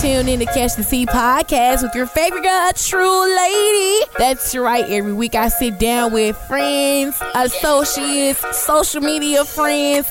Tune in to Catch the Tea podcast with your favorite girl, a true lady. That's right. Every week I sit down with friends, associates, social media friends,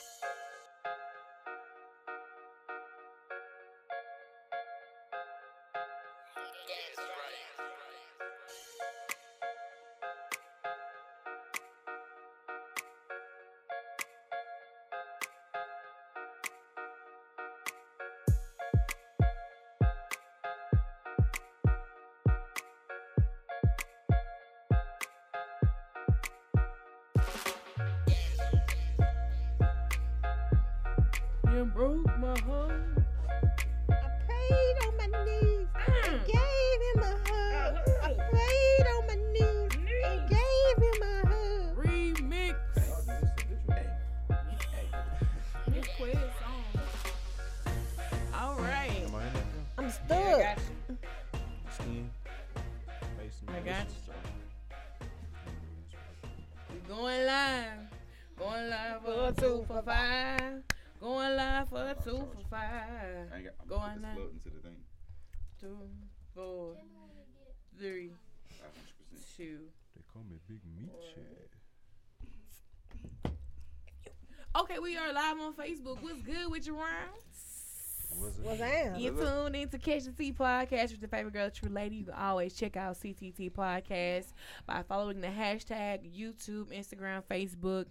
You broke my heart. I prayed on my knees Mm. and gave him a hug. I prayed on my knees and gave him a hug. Remix. All right. Am I in that I'm stuck. Skin. Face and I face. got We going live. Going live for a two for five. Going live for a two for I five. ain't got, I'm Go gonna on put this now. plug into the thing. Two, four, three, 100%. two. They call me Big Meathead. Okay, we are live on Facebook. What's good with you, Ryan? Was it? Well, damn. You tuned in to Catch the Tea Podcast with your favorite girl, True Lady. You can always check out CTT Podcast by following the hashtag YouTube, Instagram, Facebook,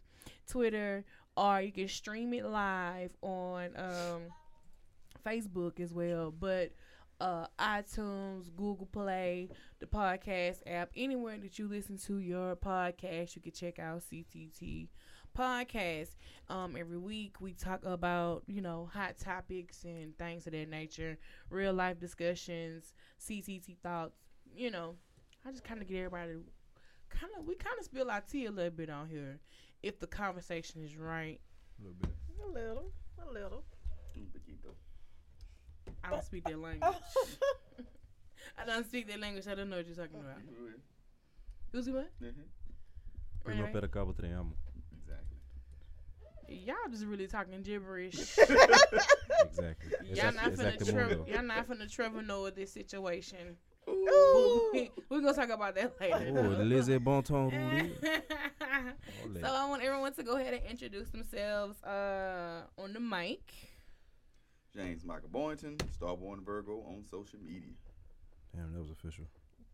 Twitter, or you can stream it live on um, Facebook as well. But uh, iTunes, Google Play, the podcast app, anywhere that you listen to your podcast, you can check out CTT podcast um every week we talk about you know hot topics and things of that nature real life discussions ctt thoughts you know i just kind of get everybody kind of we kind of spill our tea a little bit on here if the conversation is right A little bit. A little. A little. Poquito. i don't speak that language i don't speak that language i don't know what you're talking about who's what Mhm. Eu não pera cabo trem, amo. Exactly. y'all just really talking gibberish Exactly. y'all not finna exactly Trev- mundo. y'all not finna trevor noah this situation Ooh. We're gonna talk about that later. Oh, though. laissez bon Eh. temps rouler. so I want everyone to go ahead and introduce themselves uh, on the mic. James Michael Boynton, Starborn Virgo on social media. Damn, that was official.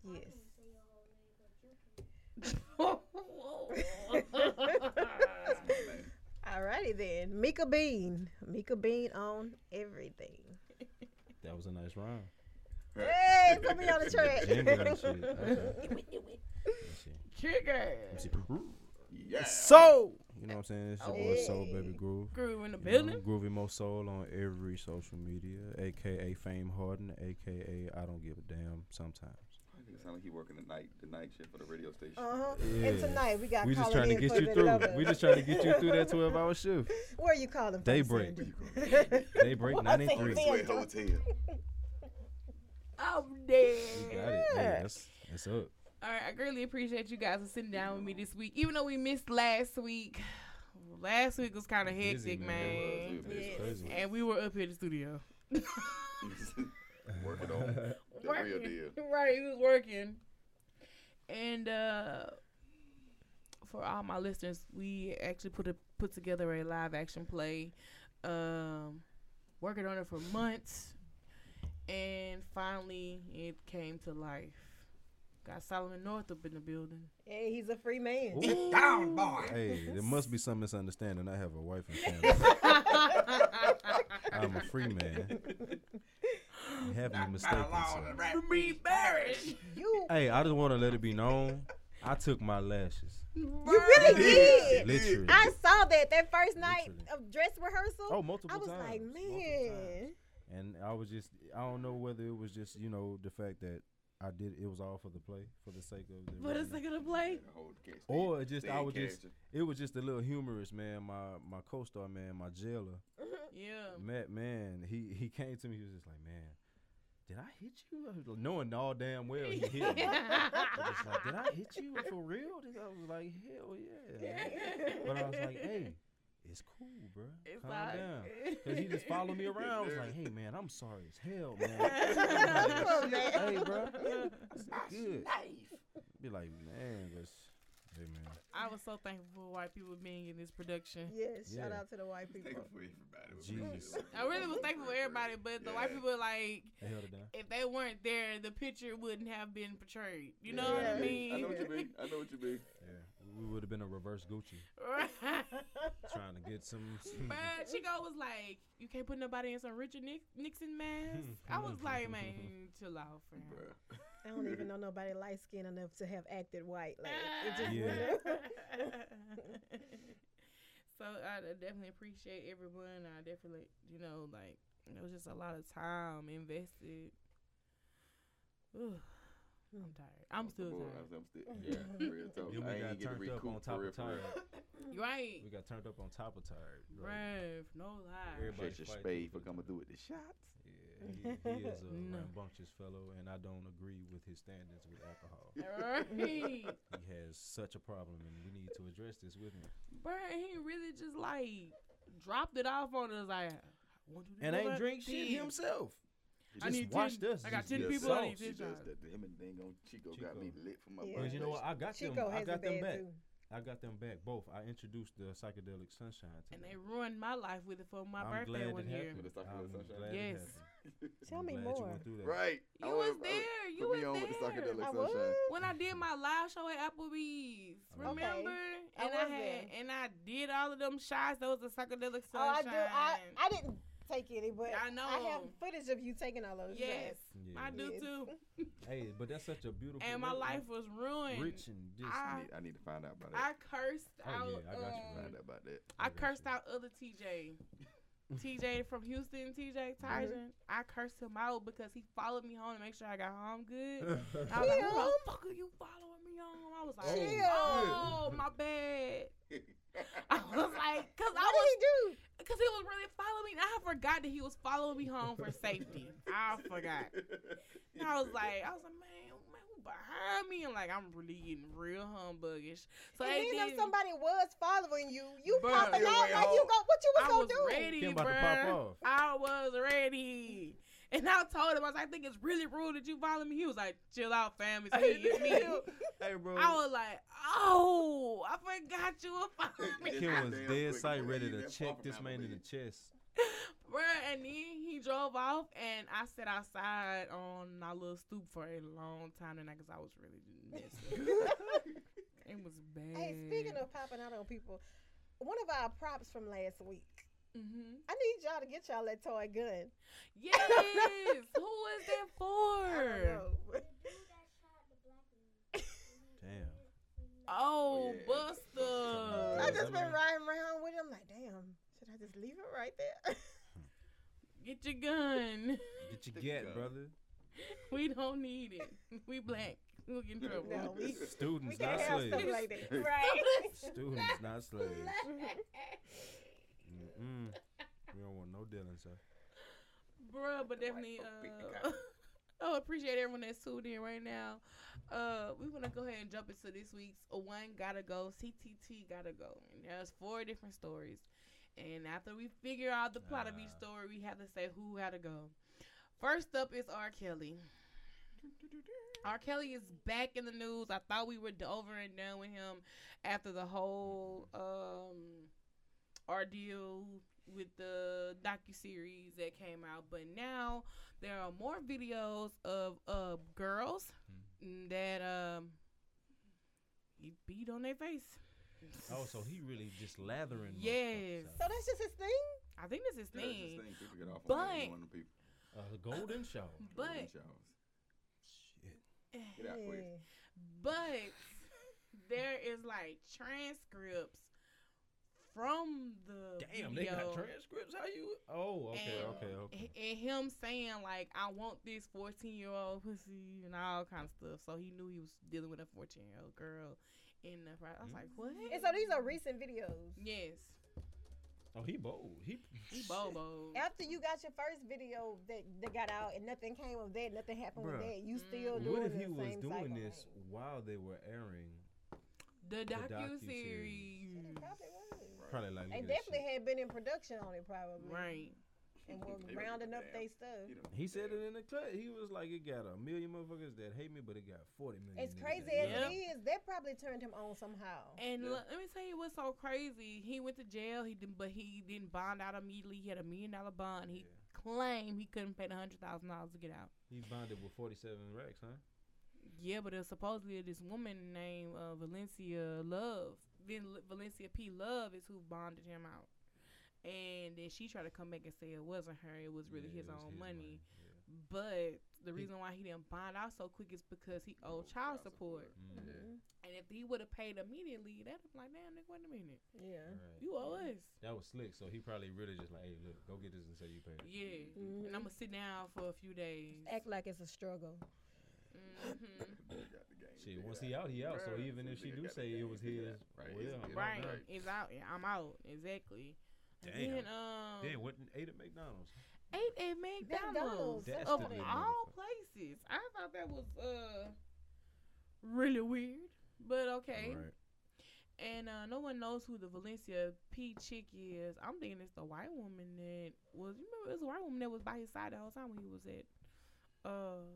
Yes. Man, Alrighty then. Mika Bean. Mika Bean on everything. That was a nice round. Hey, put me on the Jingle track. and shit. Okay. Let's see. Trigger Let's see. Yeah. Soul! You know what I'm saying? It's your boy Oh. Soul Baby Groove. grew in the You know, building. Groovy Mo Soul on every social media, aka Fame Harden, aka I don't give a damn sometimes. It sound like he working the night, the night shift for the radio station. Uh-huh. Yeah. And tonight we got We just calling trying to in get for you the through. lover. We just trying to get you through that 12 hour shift. Where are you calling from? Daybreak. Sandy? They break Well, I think 93. then- You Sweat hotel. I'm got dead. it. Hey, Yeah. that's, that's up. All right, I greatly appreciate you guys for sitting down with me this week, even though we missed last week. Last week was kind of Busy, hectic, man. man. It was, it was Yeah. Crazy. And we were up in the studio. working on the real working. deal. Right, he was working. And uh for all my listeners, we actually put a put together a live action play. Um working on it for months. And finally it came to life. Got Solomon North up in the building. Hey, he's a free man. Ooh. down, boy. Hey, there must be some misunderstanding. I have a wife and family. I'm a free man. And Have you mistaken? sir. Be Barrish. You, Hey, I just want to let it be known. I took my lashes. you really did. Literally. I saw that that first night Literally. of dress rehearsal. oh, multiple I was times. like, multiple times. man. And I was just, I don't know whether it was just, you know, the fact that I did. It was all for the play, for the sake of the. For the revenue. sake of the play, The whole case. Or it just, Stay I in was just. character. It was just a little humorous, man. My my co-star, man, my jailer, yeah. Matt, man. He he came to me. He was just like, man, did I hit you? I was like, Knowing all damn well he hit me. I was like, did I hit you for real? This- I was like, hell yeah. man." But I was like, hey, it's cool, bro. It's Calm like- down. Cause he just followed me around. I was like, nervous. hey man, I'm sorry as hell, man. hey, bro. It's good. Be like, man, let's. Hey man, I was so thankful for white people being in this production. Yes, shout Yeah. out to the white people. Thankful for everybody. Jesus. I really was thankful for everybody, but the white Yeah. people like they held it down. if they weren't there, the picture wouldn't have been portrayed. You know Yeah. what I I know what mean? you mean. I know what you mean. Yeah, we would have been a reverse Gucci, trying to get some. some- But Chico was like, "You can't put nobody in some Richard Nix- Nixon mask." I was like, "Man, chill out, friend." Bruh. I don't even know nobody light skinned enough to have acted white. Like Ah. it just Yeah. so I definitely appreciate everyone. I definitely, you know, like it was just a lot of time invested. Ugh, Hmm. I'm tired. I'm still Boy, tired. I'm still. Yeah, real talk. Then I we ain't got get to turned up recoup on for top real, of for real. tired. You right, We got turned up on top of tired. Like, bruv? No lie. Everybody Shut your fight. spade for coming through with the shots. yeah, he, he is a No. rambunctious fellow, and I don't agree with his standards with alcohol. Right. He has such a problem, and we need to address this with him. Bruh, he really just like dropped it off on us. Like, I want you to And do ain't that drink shit thing. himself. He I just need watched 10 us I got just ten get people. I need sauce. She this does job. that. Him and thing on Chico, got Chico. me lit for my Yeah. But you know what? I got Chico them. has I it got bad them back. too. I got them back both. I introduced the psychedelic sunshine to And them. they ruined my life with it for my I'm birthday glad one it year. happened. The psychedelic I'm sunshine? glad it Yes. happened. Tell I'm me glad You more. went through that. Right. You I was I there. You put was me on with the there. psychedelic I sunshine. was. When I did my live show at Applebee's, remember? And I I, was had there. and I did all of them shots. That was a psychedelic sunshine. Oh, I do. I, I didn't take any, but I I know. know. I have footage of you taking all those. yes, Yeah. I do Yes. too. Hey, but that's such a beautiful. And my rich- life was ruined. Rich and just. I- I need, I need to find out about I that. cursed Oh, yeah, out. I got you, um, man. find out about that. I got cursed you. out other TJ. TJ from Houston, TJ Tyson. Mm-hmm. I cursed him out because he followed me home to make sure I got home good. And I was like, who the fuck are you following me home? I was like, Oh, shit. oh, my bad. I was like, cause I What was, did he do? cause he was really following me. I forgot that he was following me home for safety. I forgot. And I was like, I was like, man, man, who behind me? And like, I'm really getting real humbugish. So they Even if did- somebody was following you, you Bruh. popping Your out way like you home. go. What you was I gonna was do? ready, Kim about to bruh. pop off. I was ready. And I told him, I was like, I think it's really rude that you follow me. He was like, chill out, fam. It's me. It's me. hey, bro. I was like, oh, I forgot you were following me. Kim was Damn dead quick, sight man, ready you to that check far this from man in the Applebee's. chest. Bruh, and then he drove off, and I sat outside on our little stoop for a long time tonight because I was really messed up. it was bad. Hey, speaking of popping out on people, one of our props from last week. hmm I need y'all to get y'all that toy gun. Yes! Who was that I don't for? know. Damn. Oh, Yeah. Buster. I just been riding around with him like, damn, should I just leave it right there? Get your gun. Get your Stick get, up. brother. We don't need it. We black. We'll get in trouble. no, we, we Students, not can't have stuff slaves. like that. Right. Students, not slaves. Mm-mm. We don't want no dealing, sir. Bruh, but definitely uh Oh, appreciate everyone that's tuned in right now. Uh, we want to go ahead and jump into this week's one gotta go, CTT gotta go, and there's four different stories. And after we figure out the plot of each Ah. story, we have to say who gotta go. First up is R. Kelly. R. Kelly is back in the news. I thought we were d- over and done with him after the whole um, ordeal with the docu series that came out, but now there are more videos of uh, girls Hmm. that um, he beat on their face. Oh, so he really just lathering. motherfuckers Yes. out. So that's just his thing? I think this is That's his thing. thing. People get off But- on that. one of the people. A golden shower. But Shit. Get out quick. Yeah. but there is like transcripts from the Damn, they video got transcripts. How you? Oh, okay, and, okay, okay. And him saying like, "I want this fourteen-year-old pussy" and all kind of stuff. So he knew he was dealing with a fourteen-year-old girl. In the, pro- I was like, "What?" And so these are recent videos. yes, Oh, he bold. He he bobo. After you got your first video that, that got out and nothing came of that, nothing happened Bruh. with that, you Mm. still doing What if the he was same doing cycle, this right? while they were airing? The docu docuseries. series, It probably was. Probably like. They look at this definitely had been in production on it, probably. right? And were They rounding were up damn- their stuff. you know, shit. He said damn. it in the clip. He was like, "It got a million motherfuckers that hate me, but it got forty million." As niggas crazy that as love Yeah. it is, that probably turned him on somehow. And Yeah. le- let me tell you what's so crazy. He went to jail. He didn't, but he didn't bond out immediately. He had a million dollar bond. me." He Yeah. claimed he couldn't pay the hundred thousand dollars to get out. He bonded with forty-seven racks, huh? Yeah, but there's supposedly this woman named uh, Valencia Love, Vin- Valencia P. Love is who bonded him out. And then she tried to come back and say it wasn't her; it was really Yeah, his it was own money. Yeah. But the reason why he didn't bond out so quick is because he Oh, owed child support. Mm, Yeah. Mhm. And if he would have paid immediately, that'd have been like, "Damn, nigga, wait a minute, Yeah. alright. you owe us." That was slick. So he probably really just like, "Hey, look, go get this and say you paid." it." Yeah, Mhm. and I'm gonna sit down for a few days. Act like it's a struggle. Mhm. They got the game Shit, figured once he out, he out. So Bruh. even if Nigga she do got the say it game was his, figured out, right? well, It's- I it don't Right, know. Right. it's out. Yeah, I'm out. Exactly. And Damn. Then, um, Then what? Ate at McDonald's. ate at McDonald's McDonald's, That's of the big all motherfucker. places. I thought that was uh really weird, but okay. Right. And uh, no one knows who the Valencia P chick is. I'm thinking it's the white woman that was. You remember it was a white woman that was by his side the whole time when he was at uh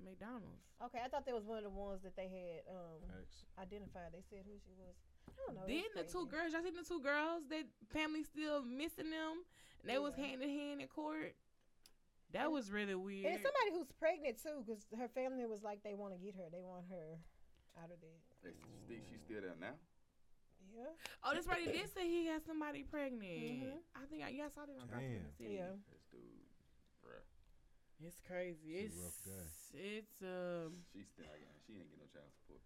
McDonald's. Okay, I thought that was one of the ones that they had um, Facts. identified. They said who she was. I don't know. then the that's two crazy. girls, y'all seen the two girls that family still missing them, and they was Yeah. hand in hand in court. That was really weird. And it's somebody who's pregnant too, because her family was like they want to get her. They want her out of there. They s- think she's still there now. Yeah. Oh, this right. did say he got somebody pregnant. Mhm. I think I, yeah, I saw that on Gossip in Damn. the City. Yeah. This dude, bruh. It's crazy. It's It's a rough guy. it's um. She's still out here. She ain't getting no child support.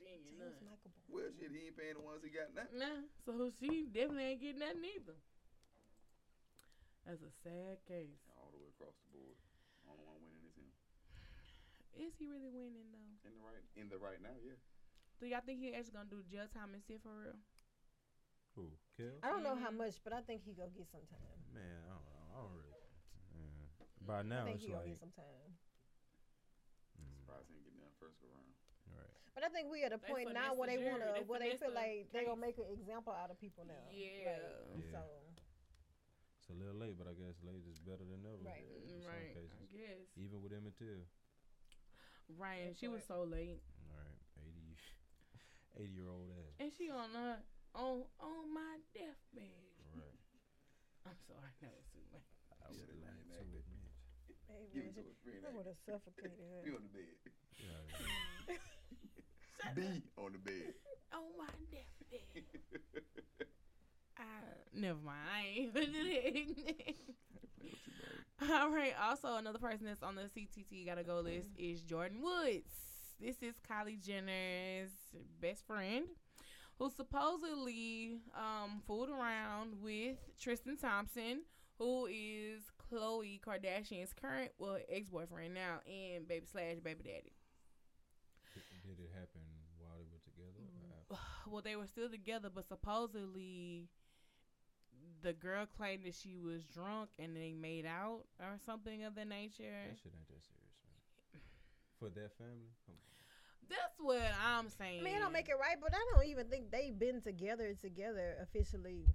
James Michael Bond. Well, shit, he ain't paying the ones he got now. Nah, so she definitely ain't getting nothing either. That's a sad case. All the way across the board. Only one winning is him. Is he really winning though? In the right, in the right now, yeah. Do y'all think he actually gonna do jail time and sit for real? Who? Kill? I don't know how Mhm. much, but I think he go get some time. Man, I don't know. I don't really. Yeah. By now, I think it's he gonna like. get some time. Mm, Surprised he ain't getting that first go round. right. But I think we at a They point finesse now where the they wanna jury. They where they finesse feel the like they gonna case. make an example out of people now. Yeah. Like, Yeah. So It's a little late, but I guess late is better than never. Right. in Mm, some Right, cases. I guess. Even with Emmett Till. Right, and That's she was right. so late, All right. 80, 80 year old ass. and she on her on on my deathbed. Right. I'm sorry, that was too much. I Yeah, would like to they reenact it. admit. they Give it would've- to us. Bring they would that. have suffocated Be her. on the bed. Yeah. Be on the bed. On my deathbed. I, Uh, never mind. I ain't even do that. All right. Also, another person that's on the CTT gotta go list is Jordan Woods. This is Kylie Jenner's best friend, who supposedly um, fooled around with Tristan Thompson, who is Khloe Kardashian's current, well, ex-boyfriend now, and baby slash baby daddy. Did it happen while they were together? Mm. Uh, well, they were still together, but supposedly the girl claimed that she was drunk and they made out or something of the nature. that shit ain't that serious, man. For that family? Come on. That's what I'm saying. I mean, I don't make it right, but I don't even think they've been together together officially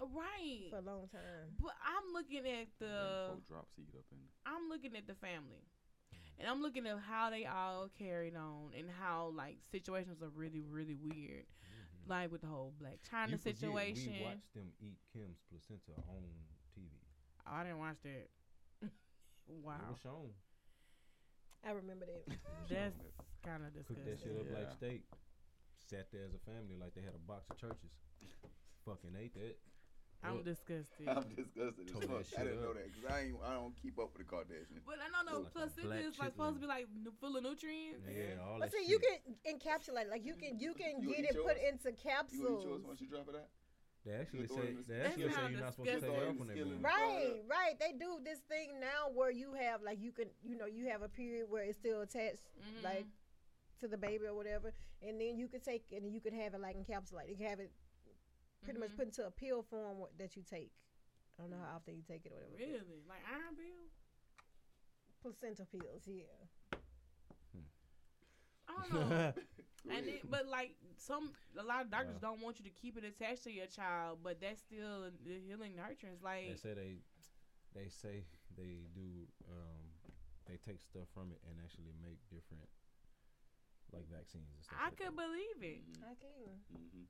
right. for a long time. But I'm looking at the Four drops he up in. I'm looking at the family. And I'm looking at how they all carried on and how like situations are really, really weird. Mhm. Like with the whole black China You forget situation. We watched them eat Kim's placenta on TV. Oh, I didn't watch that. wow. It was shown. I remember that. That's Something kinda Cooked disgusting. that shit up like Yeah. steak. Sat there as a family like they had a box of churches. Fucking ate that. I'm disgusted. I'm disgusted. as Tore that fuck. I shit didn't know up. that because I ain't, I don't keep up with the Kardashians. But I don't know. Like a plus six black is like supposed to be chicken. like nu- full of nutrients. Yeah, all But that see, shit. you can encapsulate. Like you can, you can You get eat it put yours? into You gonna eat yours capsules. once you drop it out? they actually throw it say in the- they That's actually how say you're not supposed to disgusting. take Throw it off in on the that skillet. bitch. Right, right. They do this thing now where you have like you can, you know, you have a period where it's still attached, Mm-hmm. Mm-hmm. Mhm. like to the baby or whatever, and then you could take it and you could have it like encapsulated. You can have it pretty much Mm-hmm. Mhm. Mm-hmm. put into a pill form wh- that you take. I don't know how often you take it or whatever. but Really? Like iron pill? Placenta pills, yeah. I don't know. and Weird. then, but like some, a lot of doctors don't want you to keep it attached to your child, but that's still the healing nurturance. Like, They say they they say they do um they take stuff from it and actually make different like vaccines and stuff. I like could that. believe it. Mm. Mhm, I can. mhm.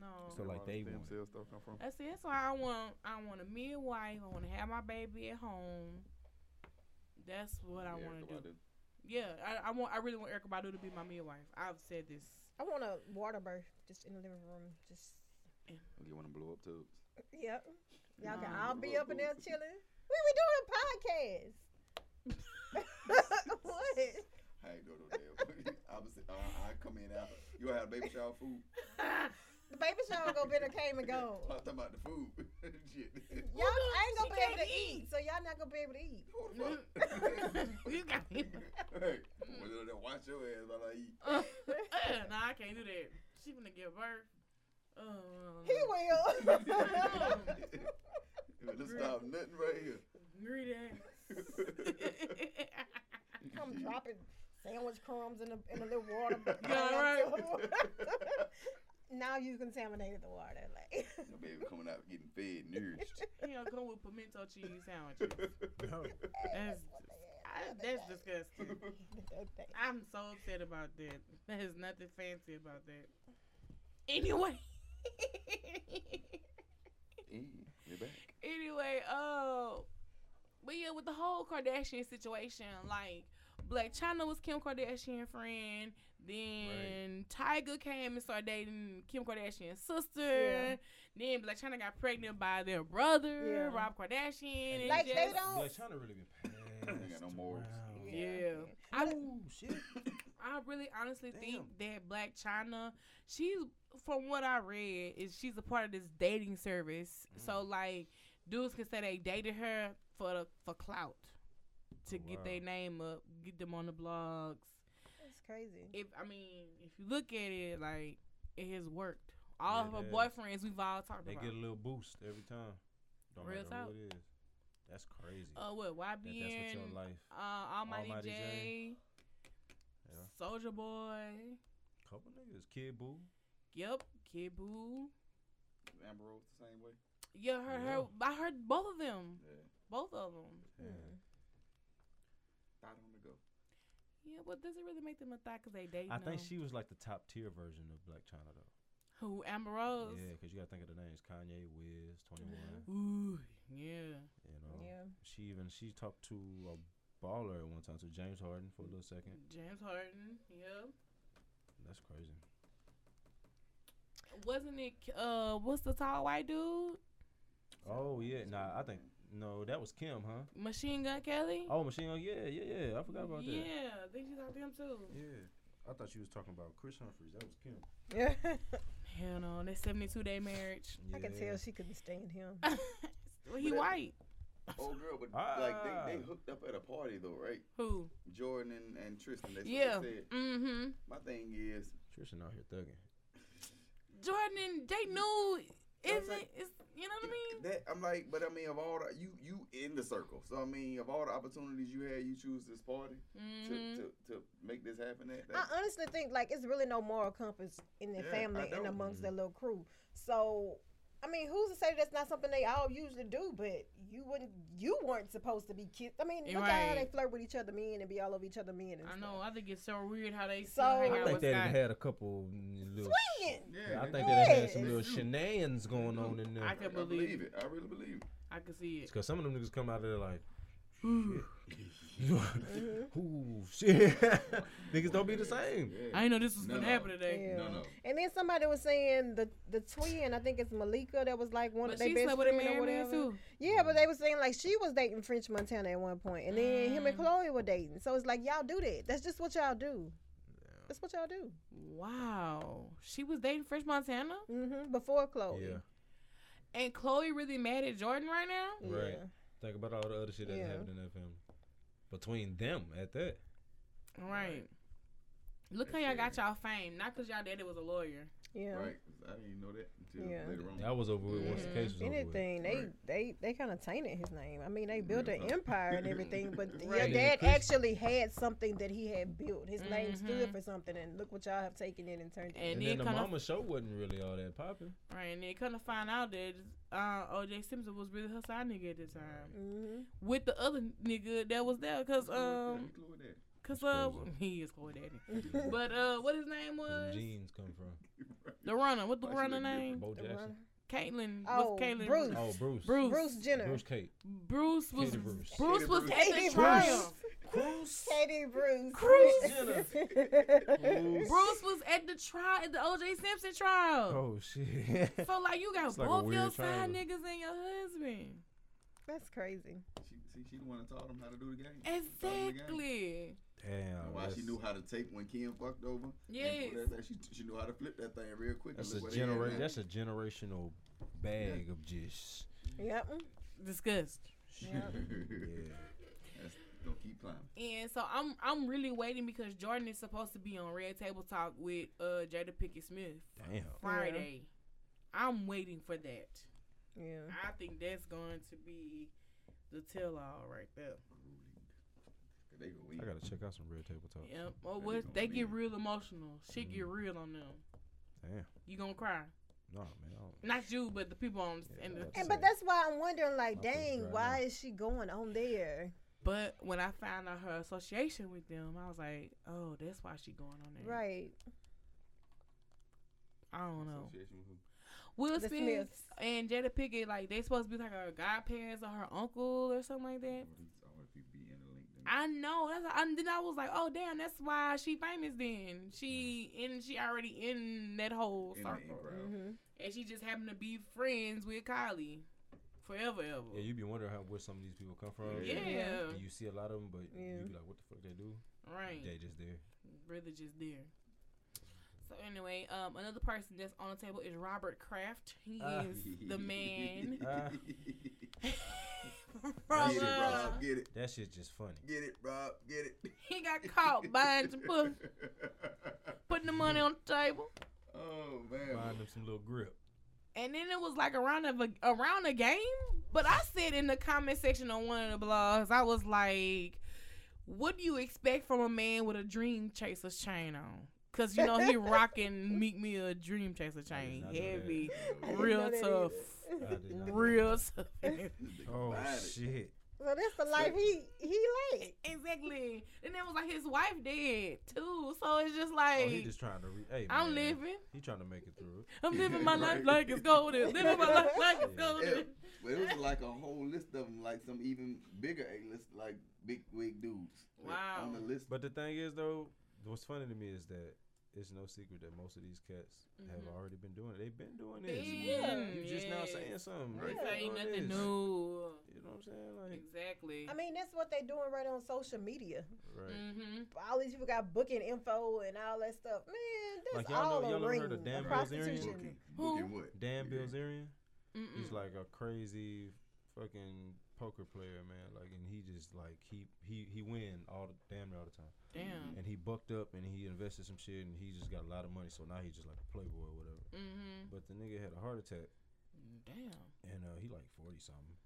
No. So, Where like, all the they stem want it. cell stuff come from? That's it. That's why I want. I want a midwife. I want to have my baby at home. That's what I Yeah, want Erica to do. Badu. Yeah, I, I want. I really want Erica Badu to be my midwife. I've said this. I want a water birth just in the living room. Just I'll get one of them blow up tubes. yep. Y'all can Nah. all be up in there chilling. We were doing a podcast. what? I ain't doing no damn. I was, uh, I come in after. You had a baby shower food. The baby shower gonna be the came and go. I'm talking about the food. Shit. Y'all I ain't She gonna be able can't to eat. so y'all not gonna be able to eat. What the fuck? You got me. Hey, well, you know, watch your ass while I eat. Uh, nah, I can't do that. She gonna give birth. Uh, He will. Let's stop nothing right here. greedy ass. I'm dropping sandwich crumbs in the in the little water. Yeah, right. now you contaminated the water. Like Your baby coming out getting fed, nourished. you know, come with pimento cheese sandwiches. That's I, that's disgusting. I'm so upset about that. There's nothing fancy about that. Anyway. Yeah, we're back. anyway, uh but yeah, with the whole Kardashian situation, like Black China was Kim Kardashian friend. Then Tyga came and started dating Kim Kardashian's sister. Yeah. Then Black China got pregnant by their brother, Yeah. Rob Kardashian. and Like, they just- don't- Like China really been Ain't got passed no morals. around. Yeah. I, Oh shit. I really honestly think that Black China, she's from what I read, is she's a part of this dating service. Mm-hmm. So like dudes can say they dated her for the, for clout to Oh, get wow. their name up, get them on the blogs. It's crazy. If I mean, if you look at it, like it has worked. All Yeah, of her it has. boyfriends we've all talked They about. get a little boost every time. Don't Real matter who it is. That's crazy. uh, what that, that's what your YBN, life. uh, Almighty, Almighty J, Yeah. Soldier Boy, Couple niggas, Kid Boo. Yep, Kid Boo. Amber Rose the same way. Yeah, her, her, I heard both of them, Yeah, both of them. Yeah. thought on the go. Yeah, but does it really make them a thought because they date? I think she was like the top tier version of Black China though. who Amber Oh. Rose. Yeah, because you gotta think of the names: Kanye, Wiz, Twenty One. Ooh, yeah. You know, Mm-hmm. Yeah. she even she talked to a baller at one time, to James Harden for a little second. James Harden. Yeah. That's crazy. Wasn't it? Uh, what's the tall white dude? Oh yeah, nah, I think no, that was Kim, huh? Machine Gun Kelly. Oh, Machine Gun, yeah, yeah, yeah. I forgot about yeah, that. I think she's out them too. Yeah, I thought you was talking about Chris Humphries. That was Kim. Yeah. Hell no, that seventy-two day marriage. Yeah. I can tell she couldn't stand him. well, he white. Oh girl, but Ah. like they, they hooked up at a party though, right? Who? Jordan and, and Tristan. That's Yeah. what they said. Mm-hmm. My thing is, Tristan out here thugging. Jordan, they knew. That's Is it? like- Is you know what I mean? that I'm like, but I mean, of all the, you you in the circle, so I mean, of all the opportunities you had, you choose this party Mhm. to, to to make this happen. At I that, honestly think like it's really no moral compass in their Yeah, I family and don't. Mm-hmm. amongst their little crew. So I mean, who's to say that's not something they all usually do? But you wouldn't, you weren't supposed to be kissed. I mean, look at how they Right. flirt with each other, men, and be all over each other, men. And I stuff. know. I think it's so weird how they So- still hang I I out think with they Scott. done had a couple mm, little. Swinging. I think they do. they done had some Yes. little shenanigans going on in I there. could I believe believe it. I really believe it. I could see it. Because some of them niggas come out of there like, shit. ooh, shit. Niggas don't be the same. Yeah. I ain't know this was No, gonna no. happen today. No, Yeah. no. And then somebody was saying the the twin, I think it's Malika, that was like one But of their she best slept with a friend married or man whatever. too. Yeah, but they were saying like she was dating French Montana at one point, and then him and Mm. Chloe were dating. So it's like y'all do that. That's just what y'all do. That's what y'all do. Wow, she was dating French Montana, hmm Before Chloe. Yeah. and Chloe really mad at Jordan right now. Right. Yeah. Think about all the other shit that Yeah. happened in that family. Between them at that. All right. Look how y'all got y'all fame, not cause y'all daddy was a lawyer. Yeah. Right. 'cause I didn't know that until Yeah. later on. That was over with once the Mhm. case was over with. Mm-hmm. Anything they Right. they they kind of tainted his name. I mean, they built an Yeah. empire and everything, but Right. your dad Chris- actually had something that he had built. His name stood Mm-hmm. Mhm. for something, and look what y'all have taken it and turned it. And, And, then, then the kind of mama show wasn't really all that popping. right, and then kind of find out that uh, OJ Simpson was really her side nigga at the time Mm-hmm. with the other nigga that was there, cause um, Include that. cause uh, Crazy. he is Chloe daddy. but uh, what his name Where was? the jeans come from. The runner. What the Why she runner look name? Bo Jackson. Caitlin. Oh, what's Caitlin? Bruce. Oh, Bruce. Bruce. Bruce Jenner. Bruce Kate. Bruce was Katie Bruce. Bruce. Katie was Bruce. at the Katie trial. Bruce. Katie Bruce. Bruce. Bruce. Bruce was at the trial at the OJ Simpson trial. Oh shit. So like you got It's like a both your weird side triangle. niggas and your husband. That's crazy. She, see, she the one that taught him how to do the game. Taught him the game. Exactly. Damn. Why she that's- knew how to take when Kim fucked over. and Yes. put that thing- She, she knew how to flip that thing real quick. and That's a look what they had now. genera- That's a generational bag of just. Yep. Disgust. Yeah. That's, don't keep climbing. And so I'm I'm really waiting because Jordan is supposed to be on Red Table Talk with uh Jada Pickett Smith Damn. Friday. I'm waiting for that. Yeah. I think that's going to be the tell all right there. They gonna win. I gotta check out some real table talk. Yep. Or what they get real emotional. Shit Mm-hmm. get real on them. Damn. You gonna cry. No man. I don't- Not you, but the people on the, and the Yeah. And but that's why I'm wondering, like, My face dang, dry why now. is she going on there? But when I found out her association with them, I was like, oh, that's why she going on there. Right. I don't know. Association with who? Will The Smith Smiths. and Jada Pickett, like they supposed to be like her godparents or her uncle or something like that. All these- all these people be in the link. I know. That's and then I was like, oh damn, that's why she famous. Then she and she already in that whole In the circle, in-crowd. hmm and she just happened to be friends with Kylie forever, ever. Yeah, you be wondering how where some of these people come from. Yeah, Yeah. You see a lot of them, but Yeah. you be like, what the fuck they do? right. They just there. really just there. So anyway, um, another person that's on the table is Robert Kraft. He Ah. is the man Uh, from. Ah. get it, Uh, Rob. Get it. That shit just funny. Get it, Rob. Get it. he got caught buying some pussy, putting the money on the table, Oh man. Find them some little grip. and then it was like around of a around a game. But I said in the comment section on one of the blogs, I was like, "What do you expect from a man with a Dream Chaser's chain on?" Cause you know he rocking Meek Me a Dream Chaser chain, not know that. heavy, Yeah. real know that tough, I did not know real that. tough. They gonna Oh find it. shit. So that's the life he he led. Exactly. And it was like his wife dead too. So it's just Oh, like he just trying to. Re- hey, I'm man. living. He trying to make it through. I'm living my life Right. like it's golden. Living my life like it's Yeah. golden. But it was like a whole list of them, like some even bigger A list, like big wig dudes. like, On the Wow. list. But the thing is, though, what's funny to me is that it's no secret that most of these cats Mhm. have already been doing it. They've been doing this. Yeah. You just now Yes. saying something. They've Right. been This ain't doing nothing this. new. You know what I'm saying? Like, Exactly. I mean, that's what they doing right on social media. right. Mm-hmm. All these people got booking info and all that stuff. Man, that's Like, y'all know- all y'all a ever ring heard of Dan prostitution. Booking, Who? booking what? Dan Yeah. Bilzerian, he's Mm-mm. like a crazy fucking poker player, man. Like, and he just like he he he win all the, damn near all the time. Damn. And he bucked up and he invested some shit and he just got a lot of money. So now he's just like a playboy or whatever. Mm-hmm. But the nigga had a heart attack. Damn. and uh, he like forty something.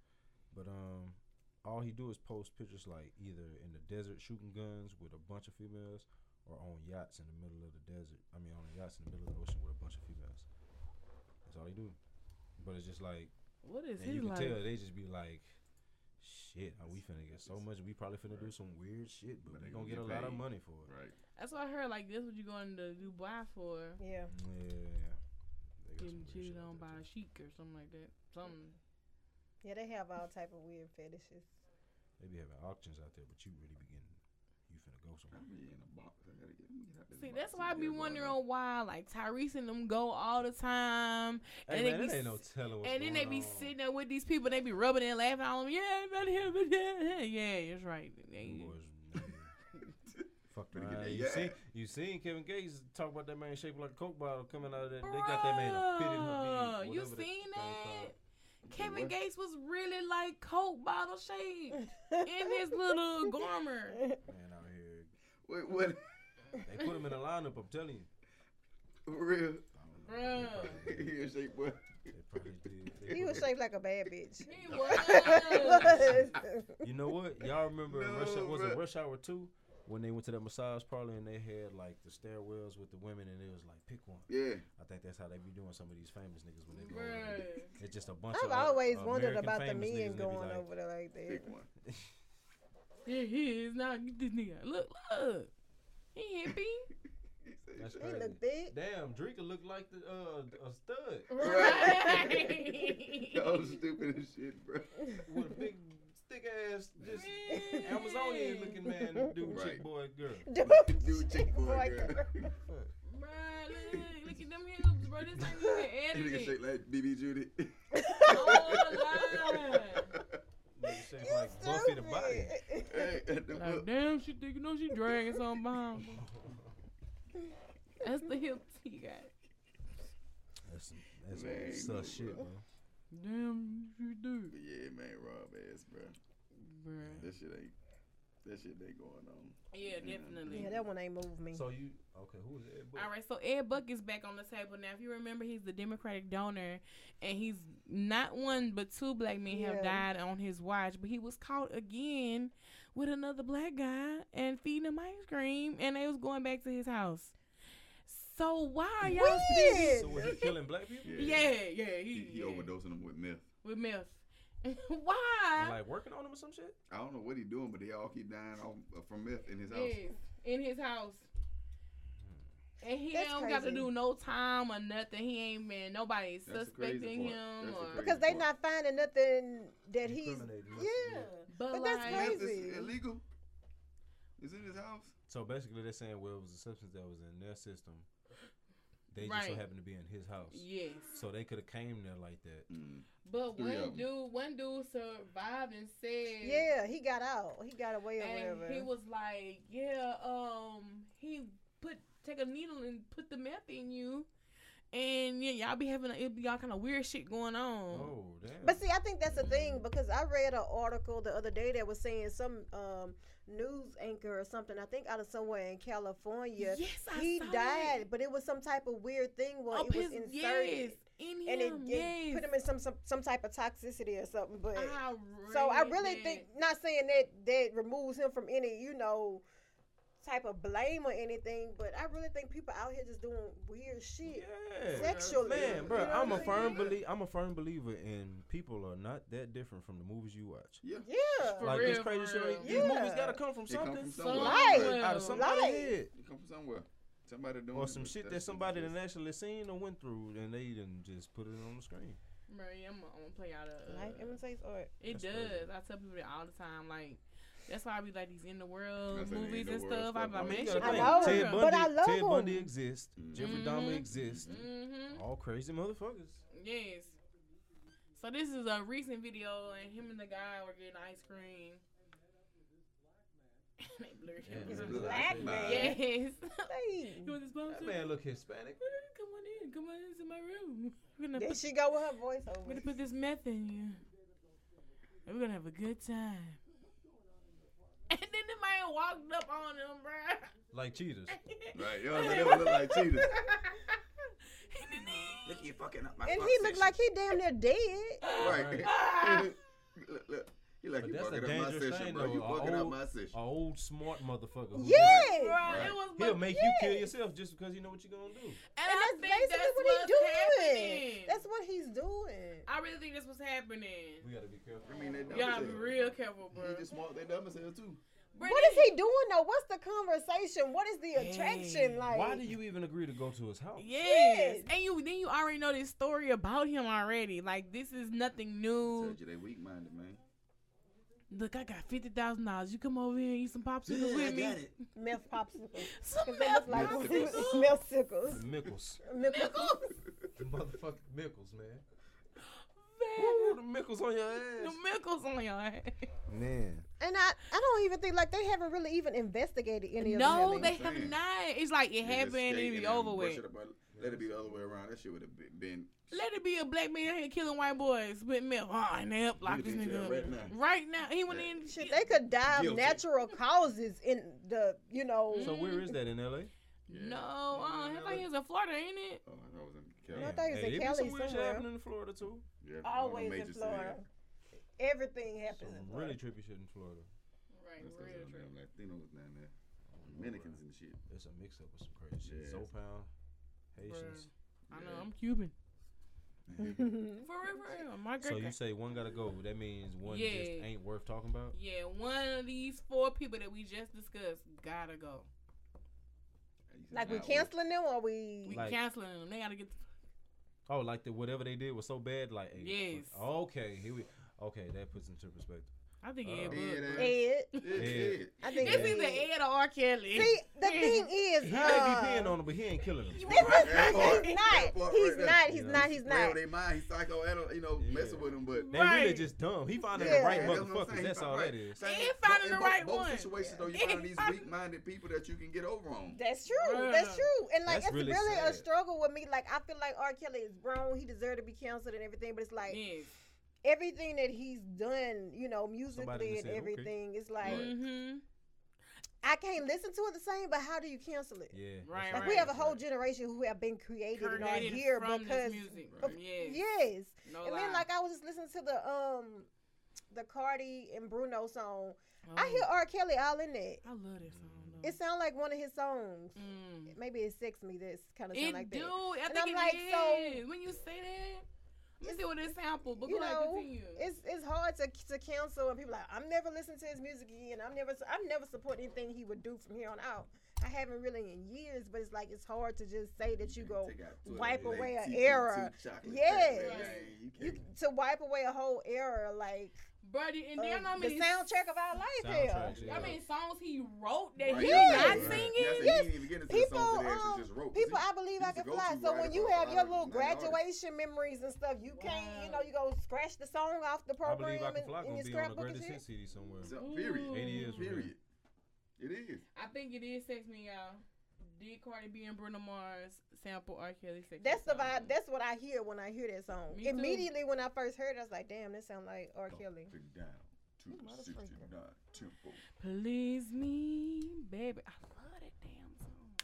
But um, all he do is post pictures like either in the desert shooting guns with a bunch of females, or on yachts in the middle of the desert. I mean, on yachts in the middle of the ocean with a bunch of females. That's all he do. But it's just like, What is and he you can like? tell they just be like. Shit, uh, we finna get so much. We probably finna do some weird shit, but, But we they gonna get gonna a get lot of paid. money for it. Right. That's what I heard. Like this, what you going to Dubai for? Yeah. Yeah, they got some Getting weird shit cheated like on that by a too. sheik or something like that. Something. Yeah, they have all type of weird fetishes. They be having auctions out there, but you really be getting, you finna go awesome. I'm be in a box. I gotta get, let me get out this See, box that's and why I get be it going wondering on. why, like Tyrese and them go all the time, Hey, And they man, be it ain't no s- telling what's and then they going be on. sitting there with these people, and they be rubbing and laughing on them. Yeah, about him, but yeah, yeah, that's right. Them They- boys, man. Fuck Better get around. that You seen yak. you seen Kevin Gates talk about that man shaped like a coke bottle coming out of that. They got that man a fitted Bruh, Habib. you whatever the seen thing that? called. Kevin what? Gates was really like Coke bottle shaped in his little garment. Man out here, Wait, what? they put him in a lineup. I'm telling you. For real? I don't know. Bruh. They probably did. yeah, shape boy. They probably did. They He was probably- shaped like a bad bitch. He was. Was. You know what? Y'all remember in Rush No, was it bruh. Rush Hour Two when they went to that massage parlor and they had like the stairwells with the women and it was like pick one. Yeah. I think that's how they be doing some of these famous niggas when they go. over there. Bruh. It's just a bunch. I've of uh, always wondered American about the famous niggas men and they be going like, over there like that. Pick one. There he is now. Get this nigga. Look, look. He hippie. He said That's shape. He crazy. look big. Damn, Drinker looked like the uh, a stud Right. Right. Y'all stupid as shit, bro. with a big stick ass, just Man. Amazonian looking man, dude, Right. chick boy, girl. Dude, Dude, chick boy, girl. Bruh, look, look at them hips, bro. This ain't You even nigga edited. shape like BB Judy. Oh, Nigga shaped like Buffy the Body. hey, at the Like, book. damn, she think you know she dragging something behind. her. That's the hips he got. That's some, that's some Man, sus no, shit, bro. man. Damn, you do. But yeah, man, Rob ass, bro. Bruh. That shit ain't. That shit ain't going on. Yeah, definitely. Yeah, that one ain't move me. So you okay? Who is that? boy? All right, so Ed Buck is back on the table now. If you remember, he's the Democratic donor, and he's not one but two black men have Yeah. died on his watch. But he was caught again with another black guy and feeding him ice cream, and they was going back to his house. So why are y'all? So Weird. was he killing black people? Yeah, yeah, He, he, he yeah. overdosing them with meth. with meth. why? And, like working on him or some shit? I don't know what he doing, but they all keep dying off, uh, from meth in his house. Yes, in his house. Hmm. And he That's don't got to crazy. do no time or nothing. He ain't been nobody is That's the crazy suspecting part. him That's the or crazy Because they not finding nothing that he's. Incriminating nothing, Yeah. but, But like, that's Meth Crazy. is illegal. It's in his house. So basically, they're saying well, it was a substance that was in their system. They just so Right. happened to be in his house, Yes. so they could have came there like that. Mm. But Three of one 'em. dude one dude survived and said Yeah, he got out. He got away or and whatever. he was like, Yeah, um he put take a needle and put the meth in you and yeah, y'all be having a, it be all kind of weird shit going on. Oh damn! Mm. But see, I think that's the thing because I read an article the other day that was saying some um, news anchor or something. I think out of somewhere in California, Yes, I he saw died, it. but it was some type of weird thing where Up it was his- inserted yes, in him, and it, it yes. put him in some, some some type of toxicity or something. But I so I read really that. think not saying that that removes him from any you know type of blame or anything, but I really think people out here just doing weird shit. Yeah. Sexually, man, you bro. know what I'm a I'm firm saying? belie- I'm a firm believer in people are not that different from the movies you watch. Yeah. Yeah, For like this real, crazy for shit. real. These movies Yeah. gotta come from They come something. from somewhere. Life. out of somebody's Life. head, It come from somewhere. Somebody doing or it, some but shit that that's- somebody that's- done actually seen or went through, and they didn't just put it on the screen. Murray, I'm, gonna- I'm gonna play out a. life imitates art. it That's crazy. does. I tell people that all the time. Like that's why I be like these in the world That's like the movies in and the world stuff. I be stuff. like, man, You shit, gotta I think, know, Ted Bundy, but I love Ted him. Bundy exists. Mm. Jeffrey Dahmer Mhm. exists. Mm-hmm. All crazy motherfuckers. Yes. So this is a recent video, and him and the guy were getting ice cream. they blurred him. Yeah, He's a man. black man. Yes. He Dang. was just That bumping. man look Hispanic. Come on in. Come on into my room. We're gonna There put, she go with her voice we're gonna over. put this meth in you. And we're gonna have a good time. And then the man walked up on him, bruh. Like cheaters. Right, yo, they don't look like cheaters. Look, you fucking up my And fuck he looked session. like he damn near dead. Right. look, look. He like But you that's fucking a up my dangerous session, thing, bro. though. You A fucking up old- my session. A old smart motherfucker. who just like- Yes. Bruh, it was He'll but- make you kill yourself just because you know what you're gonna do. And, And I that's think basically that's what he's doing. what's happening. That's what he's doing. I really think that's what's happening. We gotta be careful. I mean, they dumb You as gotta be hell. real careful, bro. He just walked they dumb as hell too. Bruh, What is he doing though? What's the conversation? What is the Hey, attraction like? why do you even agree to go to his house? Yes. Yes. and you then you already know this story about him already. Like this is nothing Told new. you they weak minded, man. Look, I got fifty thousand dollars. You come over here and eat some popsicles Yeah, I with me. got it. Milk popsicles. Some 'Cause they look like Milk popsicles. milk sickles. Mickles. Milk Motherfucking Mickles, man. Man, Ooh, the Mickles on your the ass. mickles on your ass. Man. And I, I don't even think like they haven't really even investigated any of No, them. they Really. have Saying. not. It's like it Niggas happened skate and it and be then over brush with. it up. Let it be the other way around. That shit would have been. been Let it be a black man out here killing white boys with milk. Oh, and they up lock Nigga this did nigga jail up. right now. Right now. He went in. Shit, they could die of Guilty. natural causes in the you know. So where is that in LA? Yeah. No, uh, I Yeah, think yeah. he was in Florida, ain't it? oh, that was in I California. thought it was in it be Cali some weird shit somewhere. happening in Florida too. Yeah, all the always major in cities. Florida. Everything Some happens in Florida. really trippy shit in Florida. Right, That's 'cause of them damn Latinos down there, Dominicans and shit. It's a mix up with some crazy shit. Yeah. Zopound, Haitians. I know, Yeah. I'm Cuban. Mhm. For real, for real. My So great you say one gotta go. That means one just Yeah. ain't worth talking about. Yeah, one of these four people that we just discussed gotta go. You said like we not canceling them or we. We Like- canceling them. They gotta get the Oh, like the whatever they did was so bad. Like hey, Yes. fuck. okay, here we. Okay, that puts into perspective. I think Uh, Ed yeah, Wood. that- Ed. with- Yeah, Yeah. yeah. I think. It's This either Ed or R. Kelly. See, the Yeah. thing is, He uh, may be paying on them, but he ain't killing them. this is- That part, he's that not. part He's right there. not. He's Yeah. not. He's Well, not. they mind, he's psycho, I don't- you know, Yeah. messing with him, but They Right. really just dumb. He finding Yeah. the right Yeah, that's what I'm motherfuckers. saying. That's He all found- that is. Same- He found in the both- right both one. situations, though, you He find these found- weak-minded people that you can get over on. That's true. Bruh. That's true. And like That's it's really, really a sad. struggle with me. Like I feel like R. Kelly is grown. He deserved to be canceled and everything. But it's like Yes. everything that he's done, you know, musically done and said, okay. everything. It's like Right. Mm-hmm. I can't listen to it the same. But how do you cancel it? Yeah. that's Right, all Like right. we have a that's whole right. generation who have been created and are Created here from because this music. Right. Yes. Oh, yes. No and lie. then like I was just listening to the um the Cardi and Bruno song. I Oh, hear R. Kelly all in it. I love that song. Though. It sounds like one of his songs. Mm. Maybe it's sex me that's kind of sound It like do. that. I And think I'm it like, so- is. When you say that, let me see what this sample. But you go ahead, know, continue. It's it's hard to to cancel and people like I'm never listening to his music again. I'm never I'm never supporting anything he would do from here on out. I haven't really in years, but it's like it's hard to just say that you go Take out Twitter, wipe like, away a TT2 era. chocolate cake, Yes. man, you you can't- to wipe away a whole era like Brody, and do you of know how um, the many soundtrack of our life here. Soundtracks, I yeah. mean, songs he wrote that Right, he's Yeah. not right. singing. Yeah, I said he Yes. didn't even get into the People, songs that he actually um, just wrote. 'cause People, he- I believe I he's the can fly. go-to So writer when for you a have lot your of little black artists. graduation memories and stuff, you can't, you know, Wow. you go scratch the song off the I program believe I can and, fly and gonna your be on the scrapbook and greatest shit. hit CD somewhere. So, period. Mm. Ooh. Eighty years from now. Period. It is. I think it is Sex Me Y'all. Did Cardi B and Bruno Mars sample R. Kelly Sex Me That's the song? vibe. That's what I hear when I hear that song. Me too. Immediately when I first heard, it, I was like, "Damn, this sound like R. Go Kelly." Down You to the motherfucker. 69 tempo. Please me, baby. I love that damn song.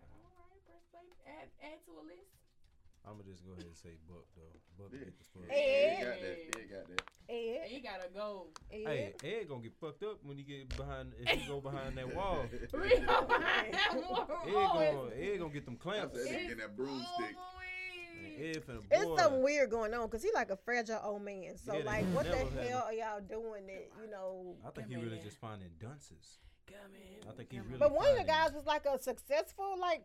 All right, press play. Add, add to a list. I'ma just go ahead and say Buck though. Buck Yeah. get the fuck. Hey. Yeah, got that. Yeah, got that. Ed, You gotta go. Ed. Hey, Ed gonna get fucked up when you get behind if you go behind that wall. Real behind that Ed wall. gonna, Ed gonna get them clamps. That's Man, it. Getting that broomstick. Ed finna It's boy. something weird going on because he like a fragile old man. So Yeah, that- like, what the that was happening. hell are y'all doing? That you know. I think he Come really in. just finding dunces. Come in. I think he really. But one of the finding- guys was like a successful, like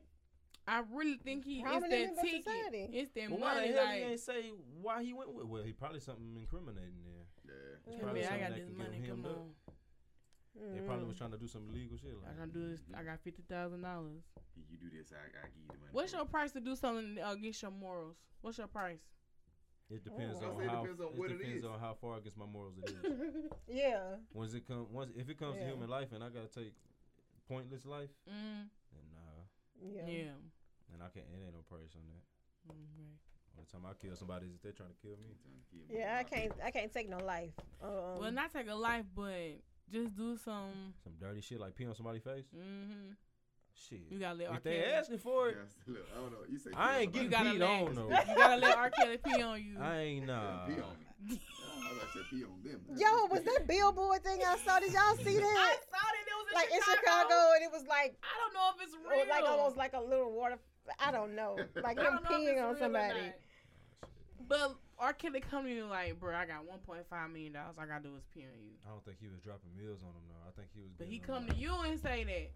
I really think he it's Prominent that member of ticket. society. It's that But why money. the hell he Like, ain't say why he went with? Well, he probably something incriminating there. Yeah. It's come probably here, I something got that this can get money. him Come hemmed up. on. They probably was trying to do some illegal shit. I Like, can do this. I got fifty thousand dollars. You do this, I, I give you the money. What's for your it. price to do something uh, against your morals? What's your price? it depends Oh. on I say it how. depends on what it depends is. on how far against my morals it is. yeah. once it come, once if it comes Yeah. to human life, and I gotta take pointless life, Mm, and nah, Yeah. yeah. and I can't. It ain't no price on Mm, that. right. Only time I kill somebody is if they're trying to kill me. You trying to kill me, Yeah, I my can't. people. I can't take no life. Um, Well, not take a life, but just do some. Some dirty shit like pee on somebody's face. Mm-hmm. Shit. You gotta let R. if they Kelly. asking for it, Yeah, still, I don't know. You say I ain't You gotta getting peed let- on though. You gotta let R. Kelly pee on you. I ain't nah. Nah. Pee on me. I was about to say pee on them. yo, was that billboard thing I saw? Did y'all see I that? saw that it was in like in Chicago. Oh, Chicago, and it was like, I don't know if it's or, real. like almost like a little water. I don't know, like I him don't know if it's peeing real on or somebody. not. But R. Kelly come to you like, bro, I got one point five million dollars. I gotta do is pee on you. I don't think he was dropping meals on them though. I think he was. But getting he them, come like, to you and say that.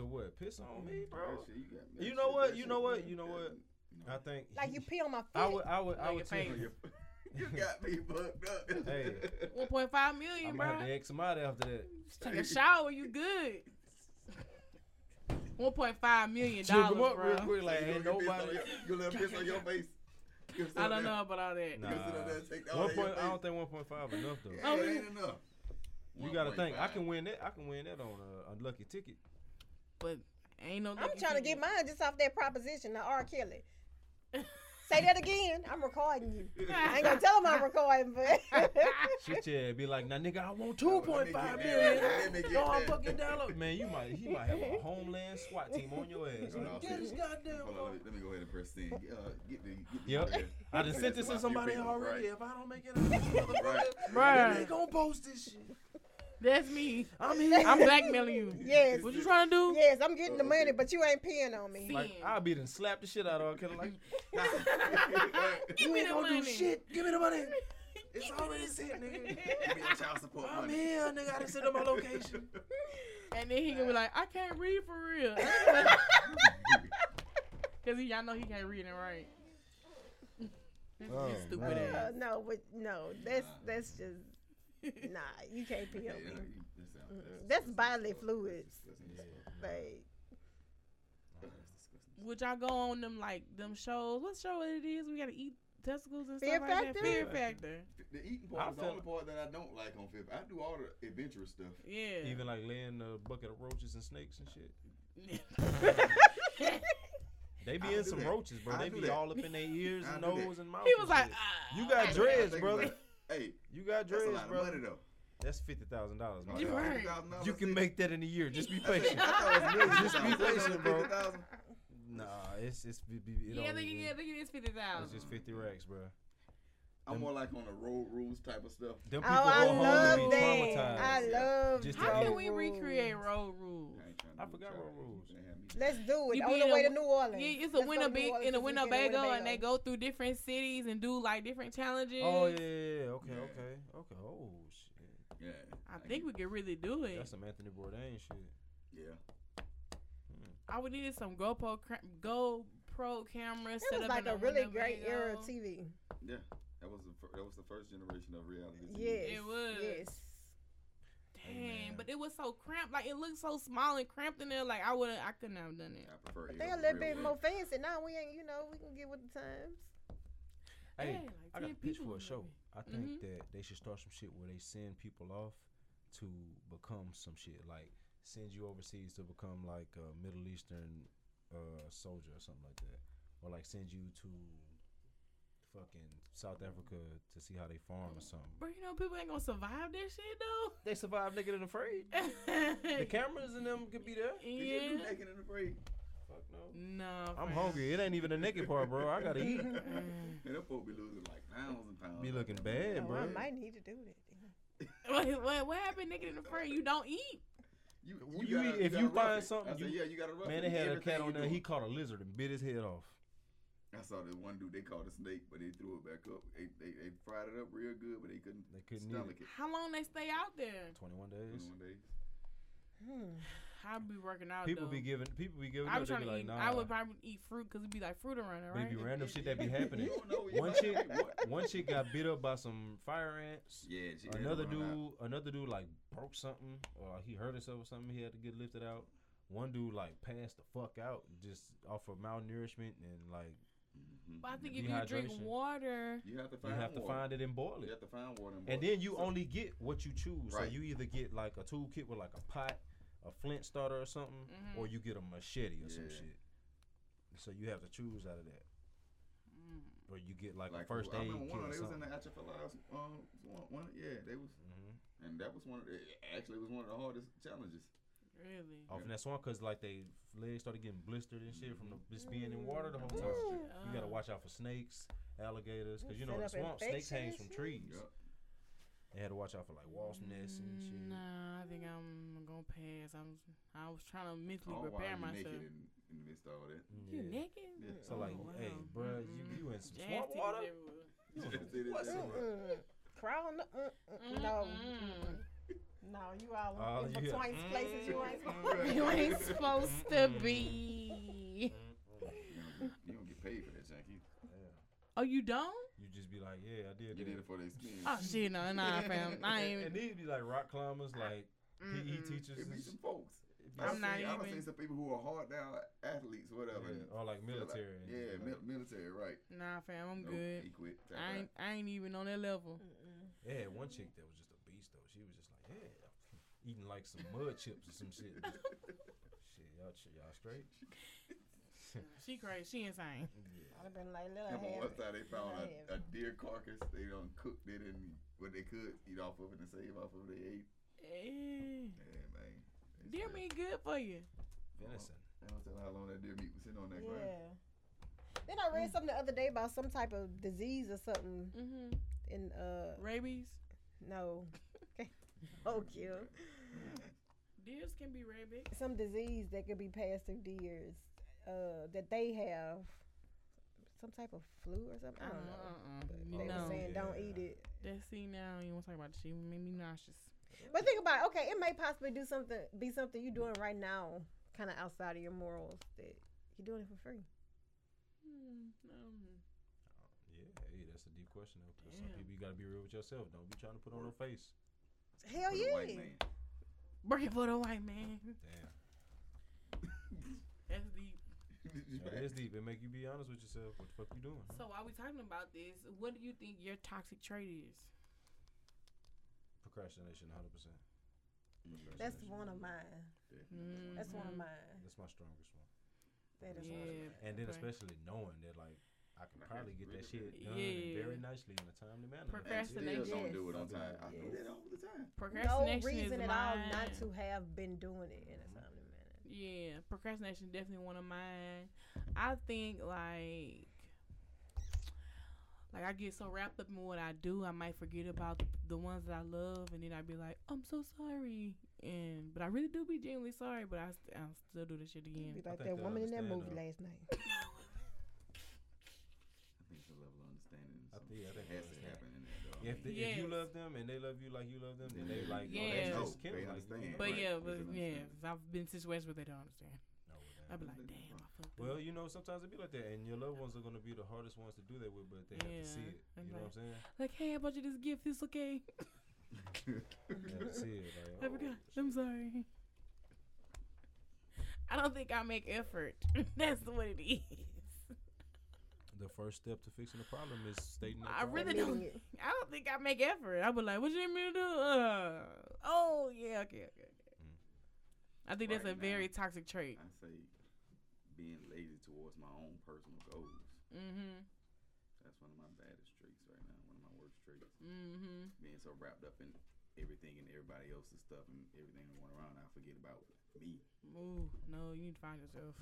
to what? Piss on me, bro. That shit, you, got- that You know shit- what? that You shit- know what? You know that- what? you know I think. Like he- you pee on my feet. I would. I would. I On your would. tip- face. You got me fucked up. Hey. One point five I million, might have bro. to X him out after that. Take a shower, you good. One point five million Shook dollars, him up real bro. quick, like you ain't gonna get pissed on nobody. your- You gonna let him piss on your face. You gonna sit I don't up there- know about all that. You Nah. gonna sit up there and take One all that in your point, I don't face? think one point five enough though. Yeah, Oh, it we- ain't enough. You gotta think. I 1.5. can win that. I can win that on a, a lucky ticket. But ain't no. I'm lucky trying to ticket. get mine just off that proposition, the R. Kelly. Say that again. I'm recording you. I ain't gonna tell him I'm recording, but Shit, yeah, be like, now nigga, I want Nah, two but let point me five get million. that. Let me get No, I'm that. fucking down. Man, you might, he might have a homeland SWAT team on your ass. No, no, Like, get his seriously. goddamn. Hold on, let me, let me go ahead and press send. Uh, get the. Get the Yep. I done sent this to somebody already. If I don't make it, out this motherfucker, Right. Bruh. then they gonna post this shit. That's me. I'm here. I'm blackmailing you. yes, What you trying to do? yes, I'm getting the Okay. money, but you ain't peeing on me. Like, Sin. I'll be done slap the shit out of her. Cause like, Give you me ain't the gonna money. do shit. Give me the money. It's already sent, nigga. Oh, Give me a child support I'm money. here, nigga. I done sent her my location. And then he gonna be like, I can't read for real. Cause he, y'all know he can't read and write. Oh, you stupid man. ass. Uh, no, but no, that's Nah. that's just nah. You can't pee Yeah, on me. you- that sound- Mm-mm. That's bodily disgusting. fluids. That's disgusting. Like That's disgusting. Would y'all go on them like them shows? What show it is? We gotta eat testicles and Fear stuff like Factor? that. Fear Factor. The eating I part is the feel- only part that I don't like on Fifth. I do all the adventurous stuff. Yeah. Even like laying a bucket of roaches and snakes and shit. They be I'll in do some that. roaches, bro. I'll they do be that. all up in their ears and I'll do that. nose and mouth. he and was like, shit. ah. You got dreads, Think brother. about it. Hey, You got that's dreads, a lot bro. of money though. That's fifty thousand dollars, my You dog. right. You can make that in a year. Just be patient. I thought it was millions. Just be I thought it was patient, bro. 50,000. nah, it's it's be, be, it Yeah, don't look, even- yeah, look at this fifty Um, It's thousand. just fifty racks, bro. I'm more like on the road rules type of stuff. Them people oh, go I home love and be that. traumatized. I Yeah. love. Just How Yeah. can we road recreate rules. road rules? I, ain't trying I to forgot try road to- rules. they had me- Let's do it You on be the in way a- to New Orleans. Yeah, it's a Let's go to winner New big Orleans in a this weekend in Winnebago, and they Winnebago. go through different cities and do like different challenges. Oh yeah, yeah, yeah. Okay, Yeah. okay, okay. Oh shit, Yeah. I think we could really do it. that's some Anthony Bourdain shit. Hmm. Yeah. I would need some GoPro cra- GoPro cameras. It set was up in like a really great Winnebago. era of TV. Yeah. That was the fir- that was the first generation of reality. TV. Yes, It was. Yes. Dang, Amen. but it was so cramped. Like it looked so small and cramped in there. Like I would, I couldn't have done it. I prefer it They a over little real bit world. more fancy now. We ain't, you know, we can get with the times. Hey, Yeah, like I got 10 a pitch people for would a show. be- I think Mm-hmm. that they should start some shit where they send people off to become some shit, like send you overseas to become like a Middle Eastern uh, soldier or something like that, or like send you to fucking South Africa to see how they farm or something. Bro, you know people ain't gonna survive that shit They survive naked and afraid. though. The cameras and them could be there. Did you do yeah. naked and afraid? Fuck no. No. I'm fam. hungry. It ain't even the naked part, bro. I gotta eat. and them folk be losing like pounds and pounds. Be looking bad, Oh, I bro. might need to do that. Wait, what, what happened, nigga? In the front, you don't eat. You, You eat- if you rough find it. something, I said, you- yeah, you gotta rough Man, it they in had a everything cat you on there. do. He caught a lizard and bit his head off. I saw this one dude. They caught a snake, but they threw it back up. They they, they fried it up real good, but they couldn't They couldn't eat it. stomach Mm-hmm. it. How long they stay out there? 21 days. One day. Hmm. I'll be working out. People though. be giving people be giving I up. was They trying be to like, eat. nah. I would probably eat fruit because it'd be like fruit around it, But it right? be random shit that be happening. You don't know, you One might chick- get one- One chick got bit up by some fire ants. Yeah, she had Another to run out. dude, another dude like broke something or he hurt himself or something. He had to get lifted out. One dude like passed the fuck out just off of malnourishment and like Mhm. But I think if you drink Dehydration. water, you have to you find have to water. find it and boil You it. have to find water. And then you So- only get what you choose. Right. So you either get like a toolkit with like a pot, a flint starter or something, Mm-hmm. Mhm. or you get a machete or some Yeah. shit. So you have to choose out of that. Mm. Or you get like, a Like, first I aid remember kit one of or they was in something. the Atchafalaya, um, one, one, yeah, they was, hmm and that was one of the, actually it was one of the hardest challenges. really. Off in that swamp because like they legs started getting blistered and shit from the, just being in water the whole time. Ooh. You gotta watch out for snakes, alligators, because you know Set in the up swamp snakes hang infections and from shit. trees. Yup. They had to watch out for like wasp nests and shit. Mm, Nah, I think I'm gonna pass. I'm. I was trying to mentally All while prepare Oh, you myself. naked in, in the midst of all that. You Yeah. naked? Yeah. So like, Oh, hey, wow. bruh, Mm-mm. you you in some Jazz swamp titties water? everywhere. You don't know Just did it what's in Mm-mm. it. everywhere. Crawling. up- Mm-mm. No. Mm-mm. Mm-mm. No, you all Oh, in you Mm-hmm. between got- places you ain't supposed Mm-mm. You ain't supposed to be. Mm-mm. You don't, get, you don't get paid for that, Janky. Yeah. Oh, you don't? You just be like, like, yeah, I did. You that. did it for the experience. Oh shit, no, nah, fam. I ain't. And- And these be like rock climbers, like PE Mm-mm. teachers, It and be shit. some folks. It I'm be I've some- not seen, I've even- seen some people who are hard down athletes, whatever. yeah, and or like feel like- military. and yeah, shit, mil- like- military, right? Nah, fam. I'm Nope, good. He quit. I Tap out. ain't. I ain't even on that level. Yeah, one chick that was just a beast though. She was just like, yeah, eating like some mud chips or some shit. shit, y'all, ch- y'all straight? She crazy. She insane. Yeah. I'd have been like, little Them on hair. one side, they found have a, a deer carcass. They done cooked it and what they could eat off of it and save off of it. They ate. Eh, Yeah, man. It's Deer bad. meat good for you. Venison. I don't tell how long that deer meat was sitting on that ground. Yeah. Then I read something the other day about some type of disease or something Mm-hmm. in uh Rabies. no. oh cute. Deers can be rabid. Some disease that could be passed through deers. Uh that they have some type of flu or something. I don't know. Uh-uh. They were No, saying don't eat Yeah. it. that see now you want to talk about she made me nauseous. But think about it, okay, it may possibly do something be something you're doing right now, kinda outside of your morals that you're doing it for free. Hmm, Mm, um, Uh, Yeah, hey, that's a deep question though. 'cause some Damn. people you gotta be real with yourself. Don't be trying to put on no face. Hell For the yeah. white man. Break it for the white man. Damn, That's deep. that is deep. It make you be honest with yourself. What the fuck you doing? huh? So while we talking about this, what do you think your toxic trait is? Procrastination, hundred percent. That's one of mine. That's one of Mhm. mine. That's my strongest one. That is yeah. one of mine. And then Right. especially knowing that like I can Right, probably get that really shit good. done Yeah. very nicely in a timely manner. That's it. Procrastination. Procrastination. Still don't do it on Yes. time. I do Yes. that all the time. no Mm-hmm. Procrastination is reason at all mine. not to have been doing it in a Mhm. timely manner. Yeah, procrastination definitely one of mine. I think like like I get so wrapped up in what I do, I might forget about the ones that I love, and then I'd be like, I'm so sorry, and but I really do be genuinely sorry, but I st- I'll still do this shit again. Be like think that they woman in that understand, movie last though. night. I think it's a level of understanding. I I think- I think I has to understand. happen in there, though. I If, they, mean, if you Yes. love them and they love you like you love them, then Then they they- like, Yeah. oh, that's They just know. Kim. They Like, understand. But Right, yeah, we but can yeah, understand. 'cause I've been in situations where they don't understand. no, I'd be damn. like, damn, I fucked well, up. you know, sometimes it be like that, and your loved ones are gonna be the hardest ones to do that with, but they have Yeah. to see it. I'm You like- know what I'm saying? Like, hey, I bought you this gift. It's okay. They have to see it. Like, I oh, forgot. I'm sorry. I don't think I make effort. That's what it is. the first step to fixing the problem is stating. the I really problem. don't. Admitting it. I don't think I make effort. I be like, "What you need me to do?" Uh, oh yeah, okay, okay, okay. Mm. I think that's a Right now. very toxic trait. I say being lazy towards my own personal goals. Mhm. That's one of my baddest traits right now. One of my worst traits. Mhm. Being so wrapped up in everything and everybody else's stuff and everything going around, I forget about me. Ooh, no, you need to find yourself.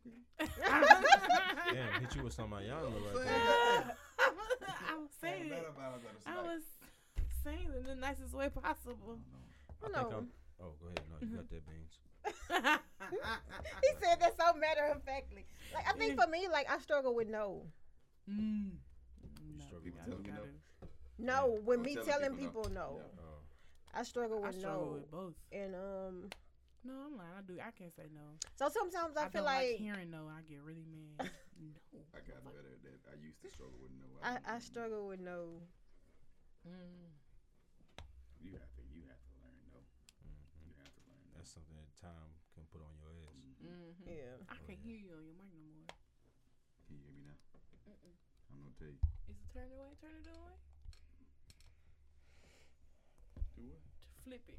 Okay. Damn, hit you with some Ayana right there. I was saying it. I was saying it in the nicest way possible. I No. think I'm. Oh, go ahead. No, you Mm-hmm. got that beans. he said that so matter of factly. Like I think for me, like I struggle with no. Mm. You No, struggle you with gotta- telling me gotta- No, with Or me telling telling people people, no. no. Yeah. Oh, I struggle I with struggle no. with both. And um No, I'm lying. I do. I can't say no. so sometimes I, I, feel don't like, like, Mm-hmm. hearing no. I get really mad. no. I got better at that. I used to struggle with no. I, don't I know. struggle with no. Mm. You have to. You have to learn no. You have to learn no. Mm-hmm. that's something that time can put on your ass. Mhm. Mhm. Yeah. I can't hear you on your mic no more. Can you hear me now? I'm gonna tell you. Is it turned away? Turn it away. Do what? To flip it.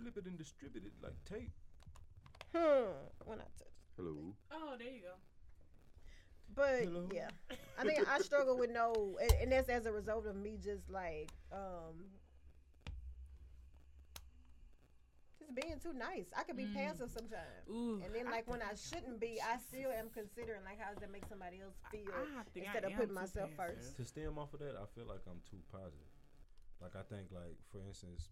Flip it and distribute it like tape. Hmm. When I t- Hello. Oh, there you go. but Hello? yeah. I think I struggle with no and, and that's as a result of me just like um just being too nice. I could be Mm. passive sometimes. Ooh. And then, I like when think I shouldn't be, I still am considering like how does that make somebody else feel? I think I instead of am putting too myself passive. first. To stem off of that, I feel like I'm too positive. Like I think, like for instance,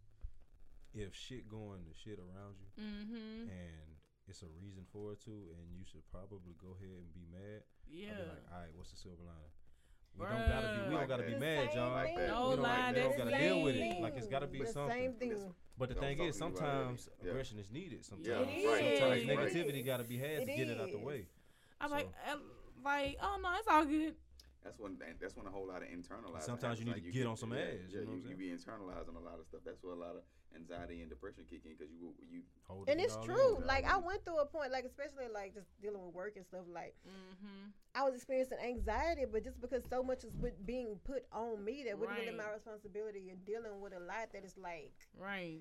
if shit going to shit around you Mm-hmm. and it's a reason for it to, and you should probably go ahead and be mad. Yeah. I'd be like, all right, what's the silver lining? We don't gotta be. We Bruh. don't gotta Like be that. mad, Same y'all. thing. Like that. No we don't, lie, we don't that's gotta the deal same with it. Like it's gotta be the same something. thing. But the Don't thing talk is, to me about sometimes it. Yeah. aggression is needed. Sometimes, Yeah, It right, sometimes right. negativity It gotta be had It to get it out the is. way. I'm So- like, uh, like, oh no, it's all good. That's when that- that's when a whole lot of internalizing. Sometimes you happens. need to Like, get on some yeah, ass, you Yeah, know what I'm you, you saying? be internalizing a lot of stuff. That's where a lot of anxiety and depression kick in because you will- you Hold And it it's all in, true. dog. Like I went through a point, like especially like just dealing with work and stuff. Like Mm-hmm. I was experiencing anxiety, but just because so much is with being put on me that wasn't really my Right. responsibility and dealing with a lot that is like Right.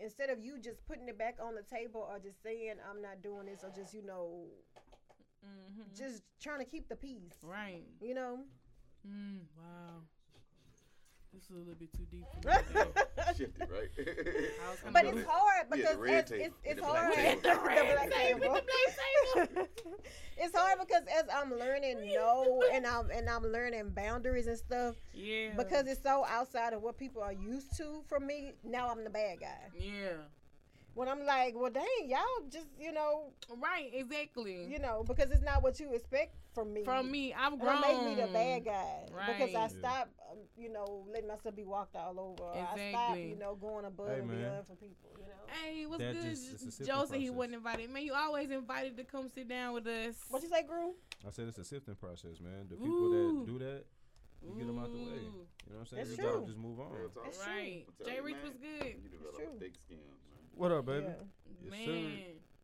instead of you just putting it back on the table or just saying I'm not doing this or just you know Mm-hmm. just trying to keep the peace. Right. You know. Mm, wow. This is a little bit too deep for me. babe. but shifted, right? was kinda Until it's it- hard the because red as, table. it's, Yeah, it's the hard. black table. The black Red table. table. it's hard because as I'm learning no and I'm and I'm learning boundaries and stuff Yeah. because it's so outside of what people are used to from me. Now I'm the bad guy. Yeah. When I'm like, well, dang, y'all just you know, Right. Exactly. you know, because it's not what you expect from me. From me, I've And grown. it made me the bad guy because Right. I Yeah. stopped, um, you know, letting myself be walked all over. I stopped, Exactly. you know, going above Hey, and man. beyond for people. You know, Hey, what's That good? just- it's a sifting Joe said he process. wasn't invited. Man, you always invited to come sit down with us. what you say, Gru? I said it's a sifting process, man. The people Ooh. that do that, you get them out the way. Ooh, You know what I'm saying? That's Your job true. Just move on. Real talk. That's true. Right. I'm telling Jay you, Rich man, was good. You develop true. a thick skin, man. What up, baby? Yeah. Yes, man.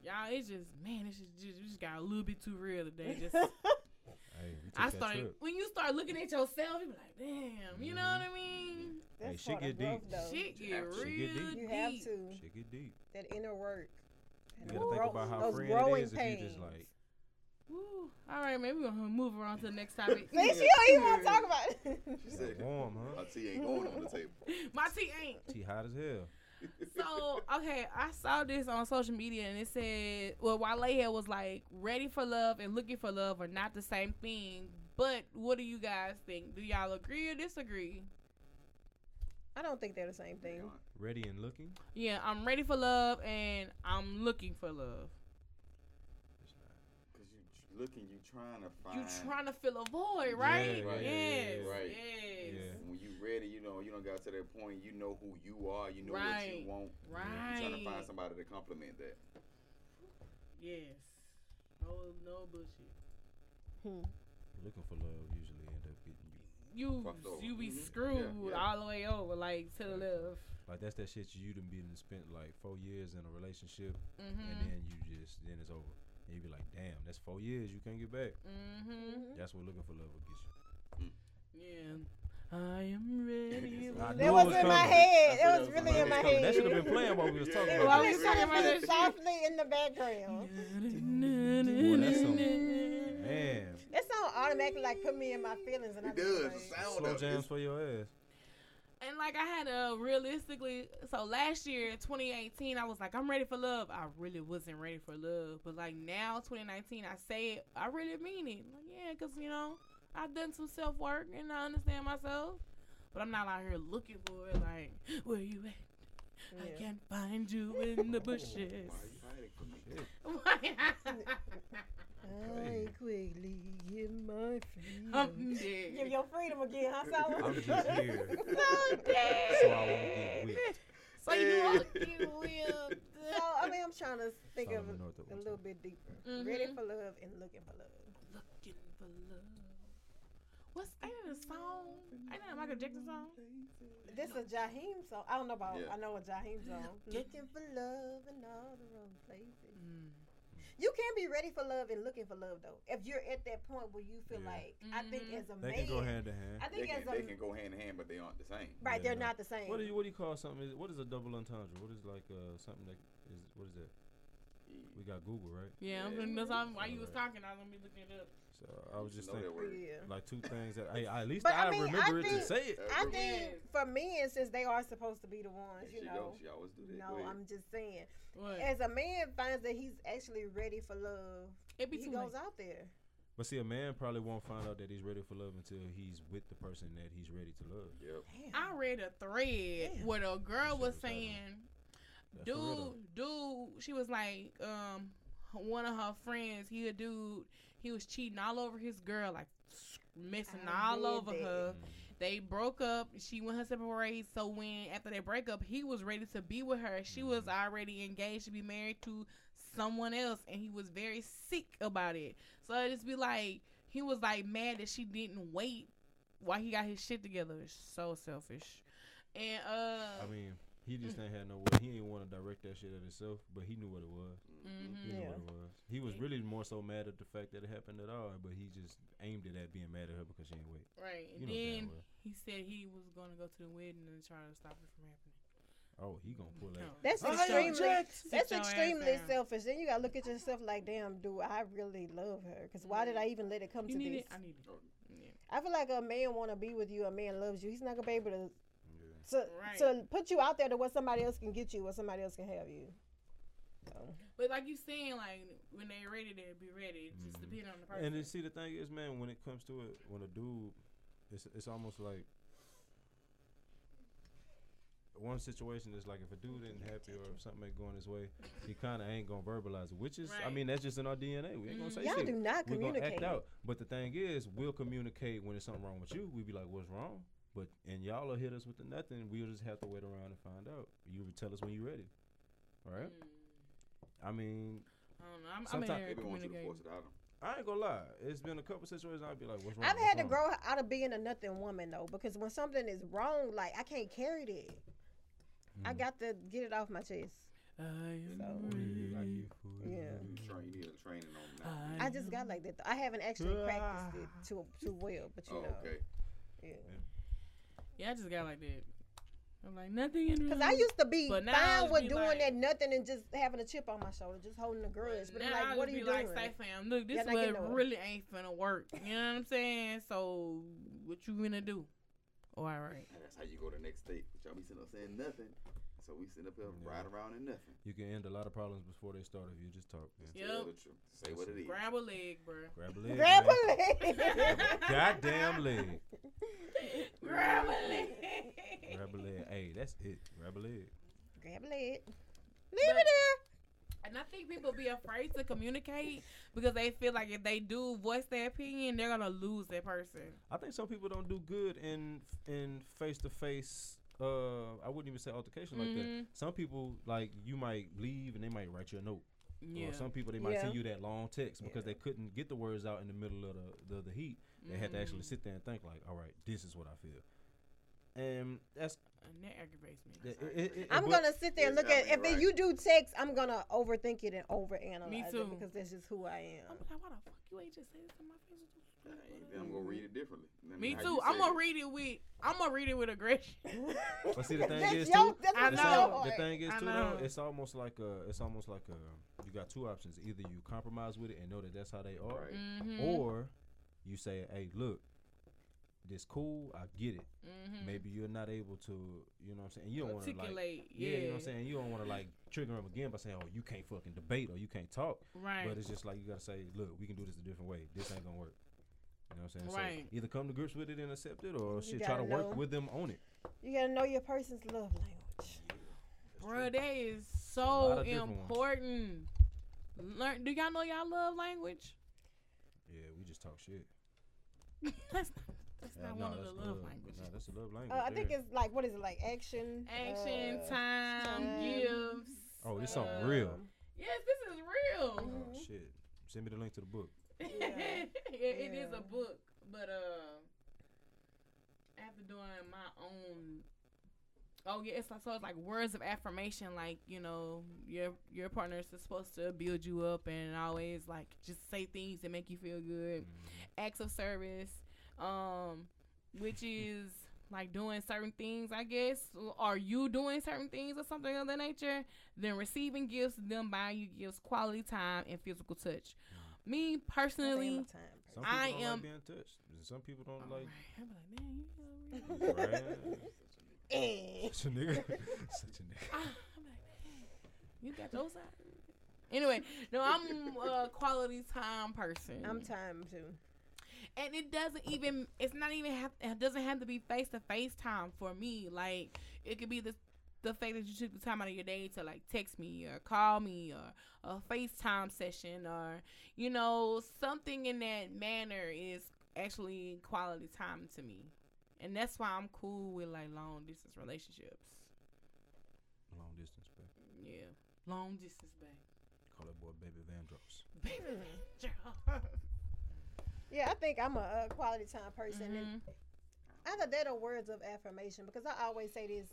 sir. Y'all, it's just man, it's just, just we just got a little bit too real today. Just Hey, we took I that started trip. Mm-hmm. when you start looking at yourself, you be like, damn, you know what I mean? That's Hey, shit part of get growth, deep. though. Shit get have real to. Shit get deep. You deep. have to Shit get deep. that inner work. You gotta think Grow- about how those friend growing it is if you pains. just like Woo. All right, maybe we're gonna move around to the next topic. See, she don't even want to talk about it. She Yeah, said, warm, huh? "My tea ain't going on the table." My tea ain't. tea hot as hell. So okay, I saw this on social media and it said, well, Wale had was like, ready for love and looking for love are not the same thing. But what do you guys think? Do y'all agree or disagree? I don't think they're the same thing. Ready and looking. Yeah, I'm ready for love and I'm looking for love. It's not. Because you tr- looking, you trying to find. You trying to fill a void, right? right, yeah, yes, yeah, right. yes, Yeah. When you ready, you know you don't got to that point. You know who you are. You know what Right. you want. right. You trying to find somebody to complement that. Yes. No, no bullshit. Hmm. Looking for love usually end up getting you. You Fucked over. you be Mhm. Yeah, screwed yeah. all the way over, like to the Exactly. left. Like that's that shit you done been and spent like four years in a relationship and Mm-hmm. then you just then it's over. And you be like, damn, that's four years you can't get back. Mm-hmm. That's what looking for love will get you. Yeah. I am ready. I knew That it was was in my coming. head. It I said was that was really in my coming. head. That should have been playing while we was talking Yeah. about While we this. It should have That been shit. softly in the background. Boy, that's Mm-hmm. some- Man, That song automatically like put me in my feelings, and I It just does. like, The sound slow of it. jams for your ass. And like I had a realistically, so last year, 2018, I was like, I'm ready for love. I really wasn't ready for love, but like now, 2019, I say it, I really mean it. Like yeah, cause you know I've done some self work and I understand myself, but I'm not out here looking for it. Like where you at? I yeah. can't find you in the bushes. Why are you hiding from Shit. me? I quickly give my freedom. I'm Give dead. your freedom again, huh, Solomon? I'm just here I'm dead. so I won't get whipped. So you Hey. are you will. So I mean, I'm trying to think of Solomon Northup a one little time. bit deeper. Mhm. Ready for love and looking for love. Looking for love. What's ain't that a song? Ain't that a Michael Jackson song? This is a Jaheim song. I don't know about. Yeah. I know a Jaheim song. Looking for love in all the wrong places. Mm. You can be ready for love and looking for love though. If you're at that point where you feel Yeah. like, I think Mhm. as a They man, can go hand to hand. I They think can, as they a can go hand in hand, but they aren't the same. right, Yeah, they're no. not the same. What do you what do you call something? Is, what is a double entendre? What is like uh, something that is what is that? We got Google right. Yeah, I'm Yeah. gonna know something. While you was Alright. talking, I was gonna be looking it up. So I was You just know thinking that word. Yeah. like two things that I, I- at least But, I, I mean, I remember it think- to say it. Uh, I Google. think Yes. for men, since they are supposed to be the There ones, she you go. know. She always do that. Go No, ahead. I'm just saying. What? As a man finds that he's actually ready for love, It be he too goes late. out there. But see, a man probably won't find out that he's ready for love until he's with the person that he's ready to love. Damn. Yep. I read a thread Damn. where a girl shit was was hot. saying, That's dude, the riddle. dude, she was like, um, one of her friends, he a dude, he was cheating all over his girl, like messing I all read over that. her. Mm. They broke up. She went her separate ways. So when after their breakup, he was ready to be with her. She was Mm-hmm. already engaged to be married to someone else, and he was very sick about it. So it just be like He was like mad that she didn't wait while he got his shit together. It's so selfish. And uh, I mean, he just ain't had no way. He didn't want to direct that shit at himself, but he knew what it was. He mhm. knew Yeah. what it was. He was really more so mad at the fact that it happened at all, but he just aimed it at being mad at her because she ain't wait. right. You And know damn then well. he said he was going to go to the wedding and try to stop it from happening. Oh, he gonna pull that. No. That's Sit extremely. your- That's sit your ass extremely down. selfish. Then you gotta look at yourself like, damn, dude, I really love her. Cause why did I even let it come You to need this? it. I need it. Yeah. I feel like a man want to be with you. A man loves you. He's not gonna be able to Yeah. to, Right. to put you out there to what somebody else can get you, what somebody else can have you. So, But like you saying, like when they ready, they'll be ready. It just Mhm. depend on the person. And then see, the thing is, man, when it comes to it, when a dude, it's it's almost like one situation is like if a dude isn't happy or if something ain't going his way, he kind of ain't gonna verbalize it, which is, I Right. mean, that's just in our DNA. We ain't gonna say Mm-hmm. y'all shit. do not We're gonna communicate. act out. But the thing is, we'll communicate when there's something wrong with you. We be like, "What's wrong?" But and y'all will hit us with the nothing. We'll just have to wait around and find out. You will tell us when you're ready, right? Mm. I mean, Mm. I don't know. I'm, I'm in Sometime- there They be wanting you to communicating. force it out 'em. I ain't gonna lie. It's been a couple situations I'd be like, "What's wrong?" I've What's had to wrong?" grow out of being a nothing woman though, because when something is wrong, like I can't carry that. I Mhm. got to get it off my chest. I'm So- We like ready. you for Yeah. it. Mm-hmm. You train- you need a training on Uh, that. I just got like that. Though. I haven't actually Mm-hmm. practiced it too too well, but you Oh, know, okay. Mm-hmm. yeah. Yeah, I just got like that. I'm like nothing in Cause I used to be But now I fine just with be doing like- that nothing and just having a chip on my shoulder, just holding a grudge. But I'm Now I like, what are just you be doing? Like, say, fam, look, this Y'all not getting what nowhere." really ain't finna work. You know what I'm saying? So what you gonna do? Oh, All right. And that's how you go the next state. But y'all be sitting up saying nothing. So we sitting up here Yeah. right around in nothing. You can end a lot of problems before they start if you just talk. man. Just tell Yep. the truth. Say what it is. Grab a leg, bro. Grab a leg. Grab man. a leg. Goddamn leg. Grab a leg. Grab a leg. Hey, that's it. Grab a leg. Grab a leg. Leave But- it there. And I think people be afraid to communicate because they feel like if they do voice their opinion, they're gonna lose that person. I think some people don't do good in in face to face. Uh, I wouldn't even say altercation like that. Mm-hmm. Mhm. Some people like you might leave and they might write you a note. Yeah. Or some people they might Yeah. send you that long text because Yeah. they couldn't get the words out in the middle of the the, the heat. They had to Mm-hmm. actually Mm. sit there and think like, all right, this is what I feel. And that's And that aggravates me. it, it- it- I'm but- gonna sit there and look at. If Exactly right. you do text, I'm gonna overthink it and overanalyze Me it too. because that's just who I am. I'm like, why the fuck you ain't just say this in my face? Nah, Then I'm gonna read it differently. Then Mm-hmm. Me how you too. say I'm gonna it. read it with I'm gonna read it with aggression. But see, the thing that's is, your, too, that's I what's it's your know. al- the heart. thing is I too, though, know. it's almost like a, it's almost like a, you got two options. Either you compromise with it and know that that's how they are, Right. Mm-hmm. or you say, hey, look, this cool, I get it. mm-hmm. Maybe you're not able to, you know what I'm saying. You don't want to like, articulate. yeah, yeah. you know what I'm saying. You don't want to like trigger him again by saying, oh, you can't fucking debate or you can't talk. Right. But it's just like you gotta say, look, we can do this a different way. This ain't gonna work. You know what I'm saying? So Right. either come to grips with it and accept it, or You shit, try to gotta know. work with them on it. You gotta know your person's love language. Bro, that is lot so of different ones. important. Learn. Do y'all know y'all love language? Yeah, we just talk shit. that's not, that's Yeah, not Uh, no, one of that's the love good. languages. Nah, that's a love language. Uh, I think there. it's like what is it like action? Action, uh, time, time. gifts. Oh, it's something real. Yes, this is real. Mm-hmm. Oh shit! Send me the link to the book. it, it is Yeah. a book, but uh, after doing my own. Oh yeah, it's like so. It's like words of affirmation, like you know, your your partner is supposed to build you up and always like just say things that make you feel Mm-hmm. good. Acts of service, um, which is like doing certain things, I guess, or you doing certain things or something of that nature. Then receiving gifts, then buying you gifts, quality time, and physical touch. Me Really? personally, Time. Some people I don't am- like being touched. and Some people don't Alright, like. I'm like, man, you know, really? Right. Eh. Such a nigga. Such a nigga. Ah, I'm like, "Dang, you got those out. Anyway, no, I'm a quality time person. I'm time too. and it doesn't even it's not even have it doesn't have to be face to face time for me like it could be the the fact that you took the time out of your day to like text me or call me or a FaceTime session or you know something in that manner is actually quality time to me. And that's why I'm cool with like long distance relationships. Long distance, babe. Yeah. Long distance babe. Call that boy Baby Vandross. Baby. Yeah, I think I'm a, uh quality time person. Mm-hmm. And I thought that are words of affirmation because I always say this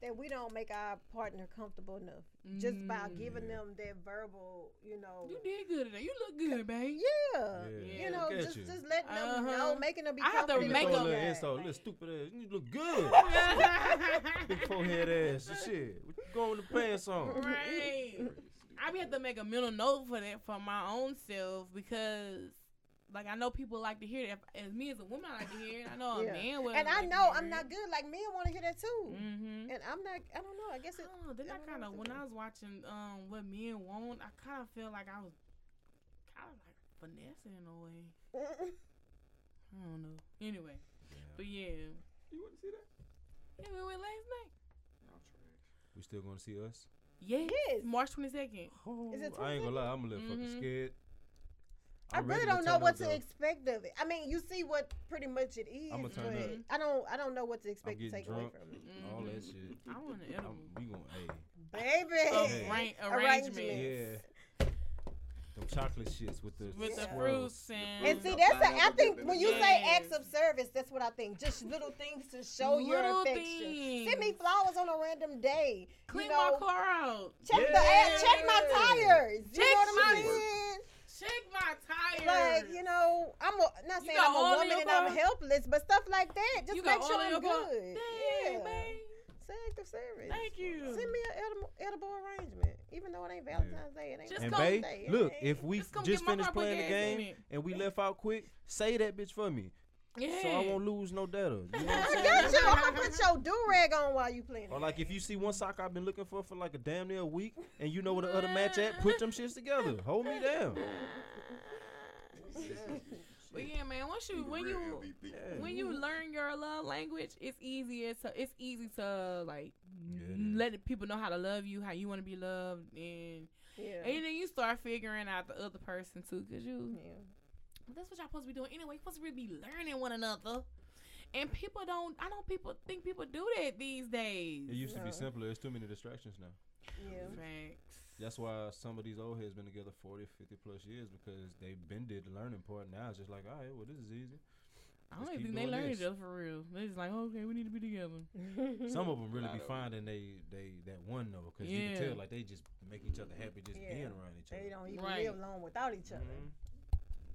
that we don't make our partner comfortable enough just by giving them that verbal, you know. Mm-hmm. Mm. You did good today. You look good, babe. Yeah. Yeah. Uh, You know, Look at just you. just letting them Uh-huh. know, making them be I have to comfortable. Just make throw a them- little that. insult, little Like, stupid ass. You look good. Big forehead ass and shit. What you going to pants on? right. I be have to make a mental note for that for my own self because, like, I know people like to hear that. As me as a woman, I like to hear it. I know Yeah. a man would. and I know I'm not good. Like men want to hear that too. Mm-hmm. And I'm not. I don't know. I guess it. Oh, then I I don't know kind of what to when do. I was watching um what men want, I kind of feel like I was kind of like finessing in a way. uh, I don't know. Anyway, but yeah, You want to see that? yeah, we went last night. No, trash. We still going to see us? Yes, Yes. March twenty second. Oh, Is it Mm-hmm. I ain't gonna lie, I'm a little Mhm. fucking scared. I I'm ready really to don't know turn what up, to though. expect of it. I mean, you see what pretty much it is, I'ma but turn up. I don't. I don't know what to expect to getting take drunk. away from it, All that shit. Mm-hmm. I want an I'm, edible. we going hey. baby. Hey. Arra- Arrangements. arrangement Yeah. Them chocolate shits with the with the Yeah. swirls. fruits and, And see, Mm. that's a, I Yes. think when you say Yes. acts of service, that's what I think. Just little things to show your Little affection. Send me things. flowers on a random day. You clean know, my car out, Check the ad, check my Yeah. tires. You Check know what I'm my- saying? check my tires. Like you know, I'm a, not You saying got I'm a oil in woman your and I'm car? helpless, but stuff like that. Just You make got sure all in I'm your car? good. Dang, yeah, babe. it's an act of service. Thank you. Send me an edible, edible arrangement, even though it ain't Valentine's Day. It ain't Just And come- Valentine's babe, Day. It look, ain't- if we Just come just, get my finished car, put playing the gas in game it. and we left out quick, say that bitch for me. Yeah. So I won't lose no data. You know what I I'm saying? got you. I'm gonna put your do rag on while you playing. Or like if you see one sock I've been looking for for like a damn near a week and you know where the other match at, put them shits together. Hold me down. But yeah, man. Once you when Real you MVP. Yeah. when you learn your love language, it's easier to it's easy to like Yeah, it n- is. let people know how to love you, how you want to be loved, and Yeah. and then you start figuring out the other person too, cause you Yeah. that's what y'all supposed to be doing anyway. You're supposed to really be learning one another, and people don't. I don't people think people do that these days. It used to No. be simpler. There's too many distractions now. Yeah. Facts. That's why some of these old heads been together 40, 50 plus years because they been did the learning part. Now it's just like, all right, well, this is easy. I don't Let's even keep think they doing learn this. each other for real. They just like, okay, we need to be together. Some of them really Lot be of 'em. finding they they that one though because you Yeah. can tell like they just make each other happy just Yeah. being around each other. They don't even Right. live long without each other. Mhm.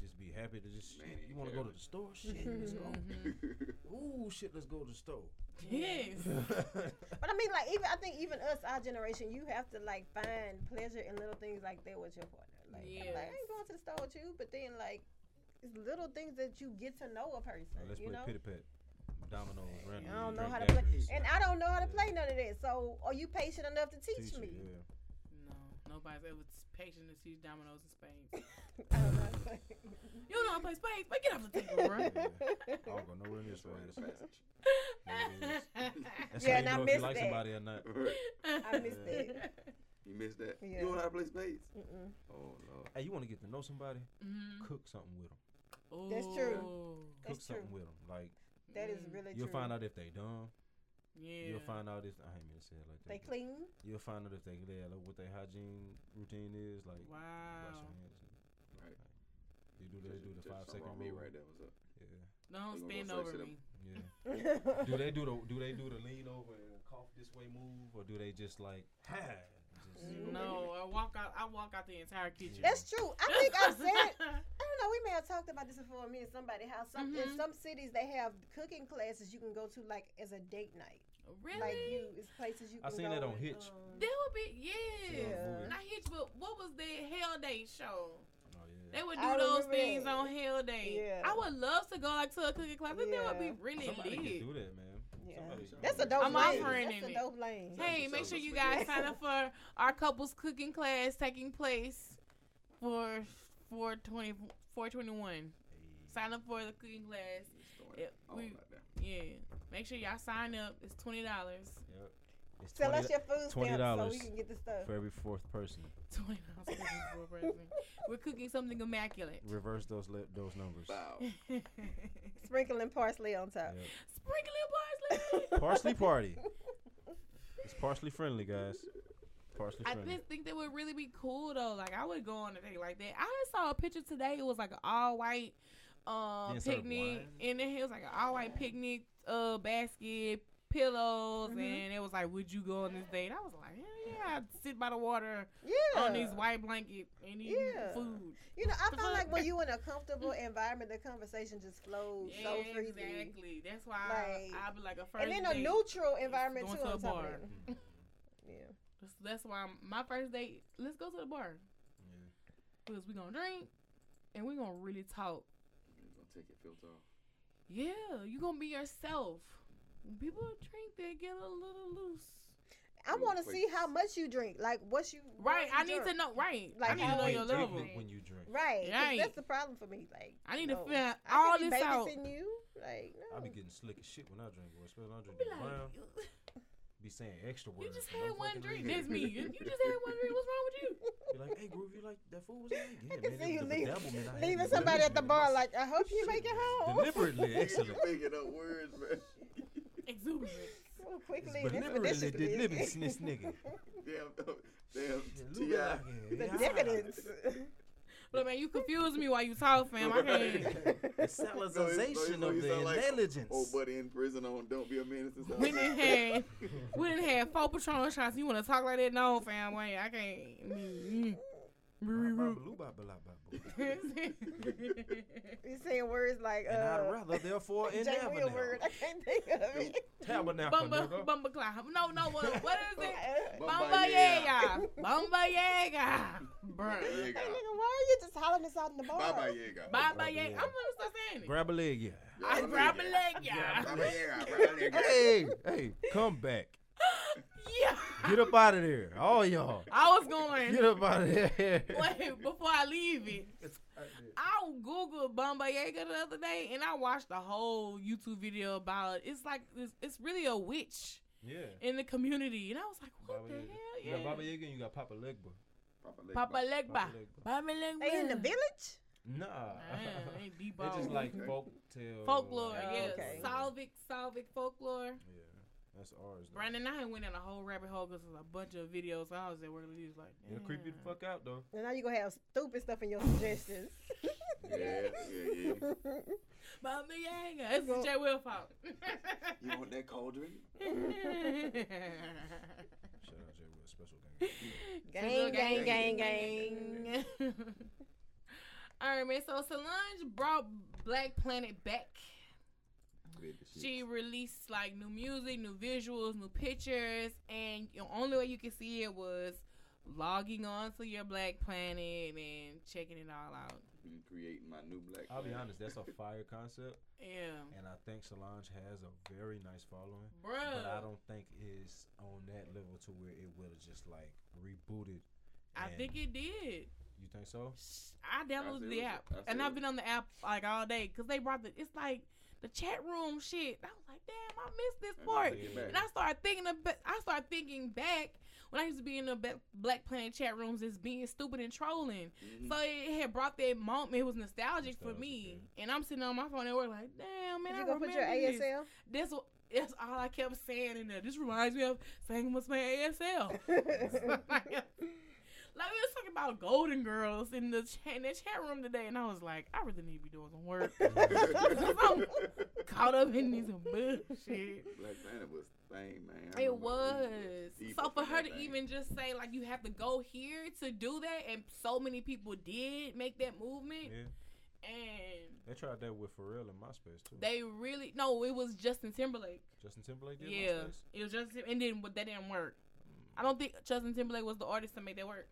Just be happy to just shit. Man, You want to go to the store? Shit, let's go. Mm-hmm. Mm-hmm. Ooh, shit, let's go to the store. Yes. But I mean, like even I think even us, our generation, you have to like find pleasure in little things like that with your partner. Like, I'm like I Yes. ain't going to the store with you, but then like it's little things that you get to know a person. Now, let's you play know. pitty pat, dominoes, random. I don't know drink how to play, daiquiris. and I don't know how to play none of that. So, are you patient enough to teach, Teach you, me? yeah. no, nobody's ever patient to see dominoes and spades. I don't know. You don't know how to play spades, but get off the table, bro. I don't go nowhere in this That's right, the race. passage. Yeah, That's how you and I know if missed you like that. somebody or not. I missed it. You missed that. Yeah. You don't know how to play spades? Mm-mm. Oh lord. Hey, you want to get to know somebody? Mhm. Cook something with them. That's Ooh. true. Cook Mm. That's something true. with them. Like That is Mm. really you'll true. find out if they dumb. Yeah. You'll find out if I ain't mean to say it like they that. but clean. You'll find out if they yeah, like what their hygiene routine is. Like Wow. wash your hands. and- Right. They do they do the five second Me rule. right there. What's up? Yeah, Don't You gonna stand go over search it me. yeah. do they do the do they do the lean over and cough this way move or do they just like ha? and Just, Mm. No, I walk out. I walk out the entire kitchen. That's true. I think I've said I don't know. We may have talked about this before. Me and somebody how some in Mhm. some cities they have cooking classes you can go to like as a date night. really. Like you, it's places you. I can seen go that on and, Hitch. um, that would be yeah. Yeah. Not Hitch, but what was the Hell Day show? Oh yeah. They would I do those remember things that. on Hell Day. Yeah. I would love to go like to a cooking class. I think that would be Yeah. really Somebody lit. can do that, man. Yeah. Somebody That's That's a can do dope. I'm lane. offering That's it. a dope lane. Hey. Hey, Sounds make like sure you something guys we sign up for our couples cooking class taking place for 420, 421. that. Sign up for the cooking class. Yeah, Oh, we- like that. Yeah. Make sure y'all sign up. It's $20. Yep. It's Sell us 20 your food stamps so $20. we can get the stuff. for every fourth person. $20 cooking for a person. We're cooking something immaculate. Reverse those le- those numbers. Wow. Sprinkling Sprinkling parsley on top. Yep. parsley. Parsley party. It's parsley friendly, guys. Parsley I friendly. just think that would really be cool though. Like I would go on a date like that. I just saw a picture today. It was like an all white um Then serve picnic, wine. and then it was like an all white picnic uh basket, pillows, Mm-hmm. and it was like, would you go on this date? I was like, hell yeah, I'd sit by the water Yeah. on these white blanket and eat Yeah. food. You know, I the feel like fuck? when you in a comfortable environment, the conversation just flows so freely. exactly. That's why Like- I, I be like a first And in a date. neutral environment going too. to a on top of bar. Mm-hmm. that. Yeah. That's- That's why I'm- my first date. Let's go to the bar Yeah. because we gonna drink and we gonna really talk. Gonna take it filter off. Yeah, you gonna be yourself. When people drink, they get a little loose. I Ooh, want to wait. see how much you drink. Like, what's you? Right. what I you need to drink. know. Right. I Like, need to how know you your drink level. it when you drink. Right. 'cause Right. That's the problem for me. Like, I need to no. figure I all can't this be out. babysitting you. Like, no. I be getting slick as shit when I drink, boy. Especially when I drink Be that like, brown. you, Be saying extra you words. just but had don't one fucking drink. read it. That's me. You, you just had one drink. What's wrong with you? Be like, hey, Groove, you like that food? Was that I can good? Yeah, man, it see was you leave, the bedevilment I had leaving in somebody at the bar. bedevilment. My Like, I hope you make shit it was home. Deliberately excellent. You're making up words, man. Exuberant. Ooh, It's quickly. This, this Deliberately is the delivering this nigga. Damn, damn, Ti. The Yeah. dividends. But man, you confuse me while you talk, fam. I can't. The No, it's- salazization no, of you the sound like intelligence. Old buddy in prison on Don't Be a Menace. or something. We didn't have we didn't have four Patron shots. You want to talk like that? No, fam. Wait, I can't. Mm, mm. You're saying words like, And I'd uh, rather, therefore, Jay endeavor Real word. I now. can't think of it. Tabernacle, Bumba, nigga. bumba clown. No, no. What, what is it? Hey, Bumba Bumba yeah. yaga. Bumba yaga. Bruh. Baba Yaga. nigga, why are you just hollering this out in the bar? Baba Yaga. Baba yaga. I'm gonna start saying it. Grab a leg, yeah. I Baba grab a Yaga. leg, yeah. Baba Yaga. Baba Yaga. Hey, hey, come back. Yeah. Get up out of there. All y'all. I was going. Get up out of there. Wait, before I leave it, I googled Bamba Yaga the other day, and I watched the whole YouTube video about it. It's like it's, it's really a witch Yeah. in the community, and I was like, what Baba the Yaga. You hell? got Yeah, Baba Yaga and you got Papa Legba. Papa Papa Legba. Legba, Papa Legba. Baba Legba. They in the village? Nah. Man, they deep It's just ball. like uh, Okay. folk tale. folklore. Oh, yeah, okay. Salvic, Salvic folklore. Yeah. That's ours. though. Brandon and I went in a whole rabbit hole because there's a bunch of videos. I was at work, and he was like, It'll creep you the "Damn." fuck out, though. And now you gonna have stupid stuff in your suggestions. Yeah, yeah, yeah. Baba Yaga. It's Well- Jay Will fault. You want that cauldron? Shout out J. Will, special gang, gang. gang, gang, gang. gang. All right, man. So Solange brought Black Planet back. With the shit. She released like new music, new visuals, new pictures, and the only way you could see it was logging on to your Black Planet and checking it all out. Been creating my new black. I'll be man. honest, that's a fire concept, Yeah, and I think Solange has a very nice following. But bruh. I don't think it's on that level to where it would have just like rebooted. I, and- think it did. you think so. Sh- I downloaded it was- the app, I said and it I've was- been on the app like all day because they brought the. It's like the chat room shit. I was like, damn, I missed this And part. bring it back. And I started thinking about, I started thinking back when I used to be in the Ba- Black Planet chat rooms as being stupid and trolling. Mhm. So it had brought that moment. It was nostalgic, for Nostalgic, me. And I'm sitting on my phone and we're like, damn, man, you I gonna remember put your this. ASL? That's, what- that's all I kept saying in there. This reminds me of saying what's my ASL. like we was talking about Golden Girls in the chat, in the chat room today, and I was like, I really need to be doing some work. I'm caught up in this bullshit. Black Planet was the thing, man. I It remember was. we was deep So up for in her that to thing. even just say like you have to go here to do that, and so many people did make that movement, Yeah, and they tried that with Pharrell in MySpace too. they really no, it was Justin Timberlake. Justin Timberlake did yeah, MySpace. it was Justin, and then but that didn't work. I don't think Justin Timberlake was the artist to make that work.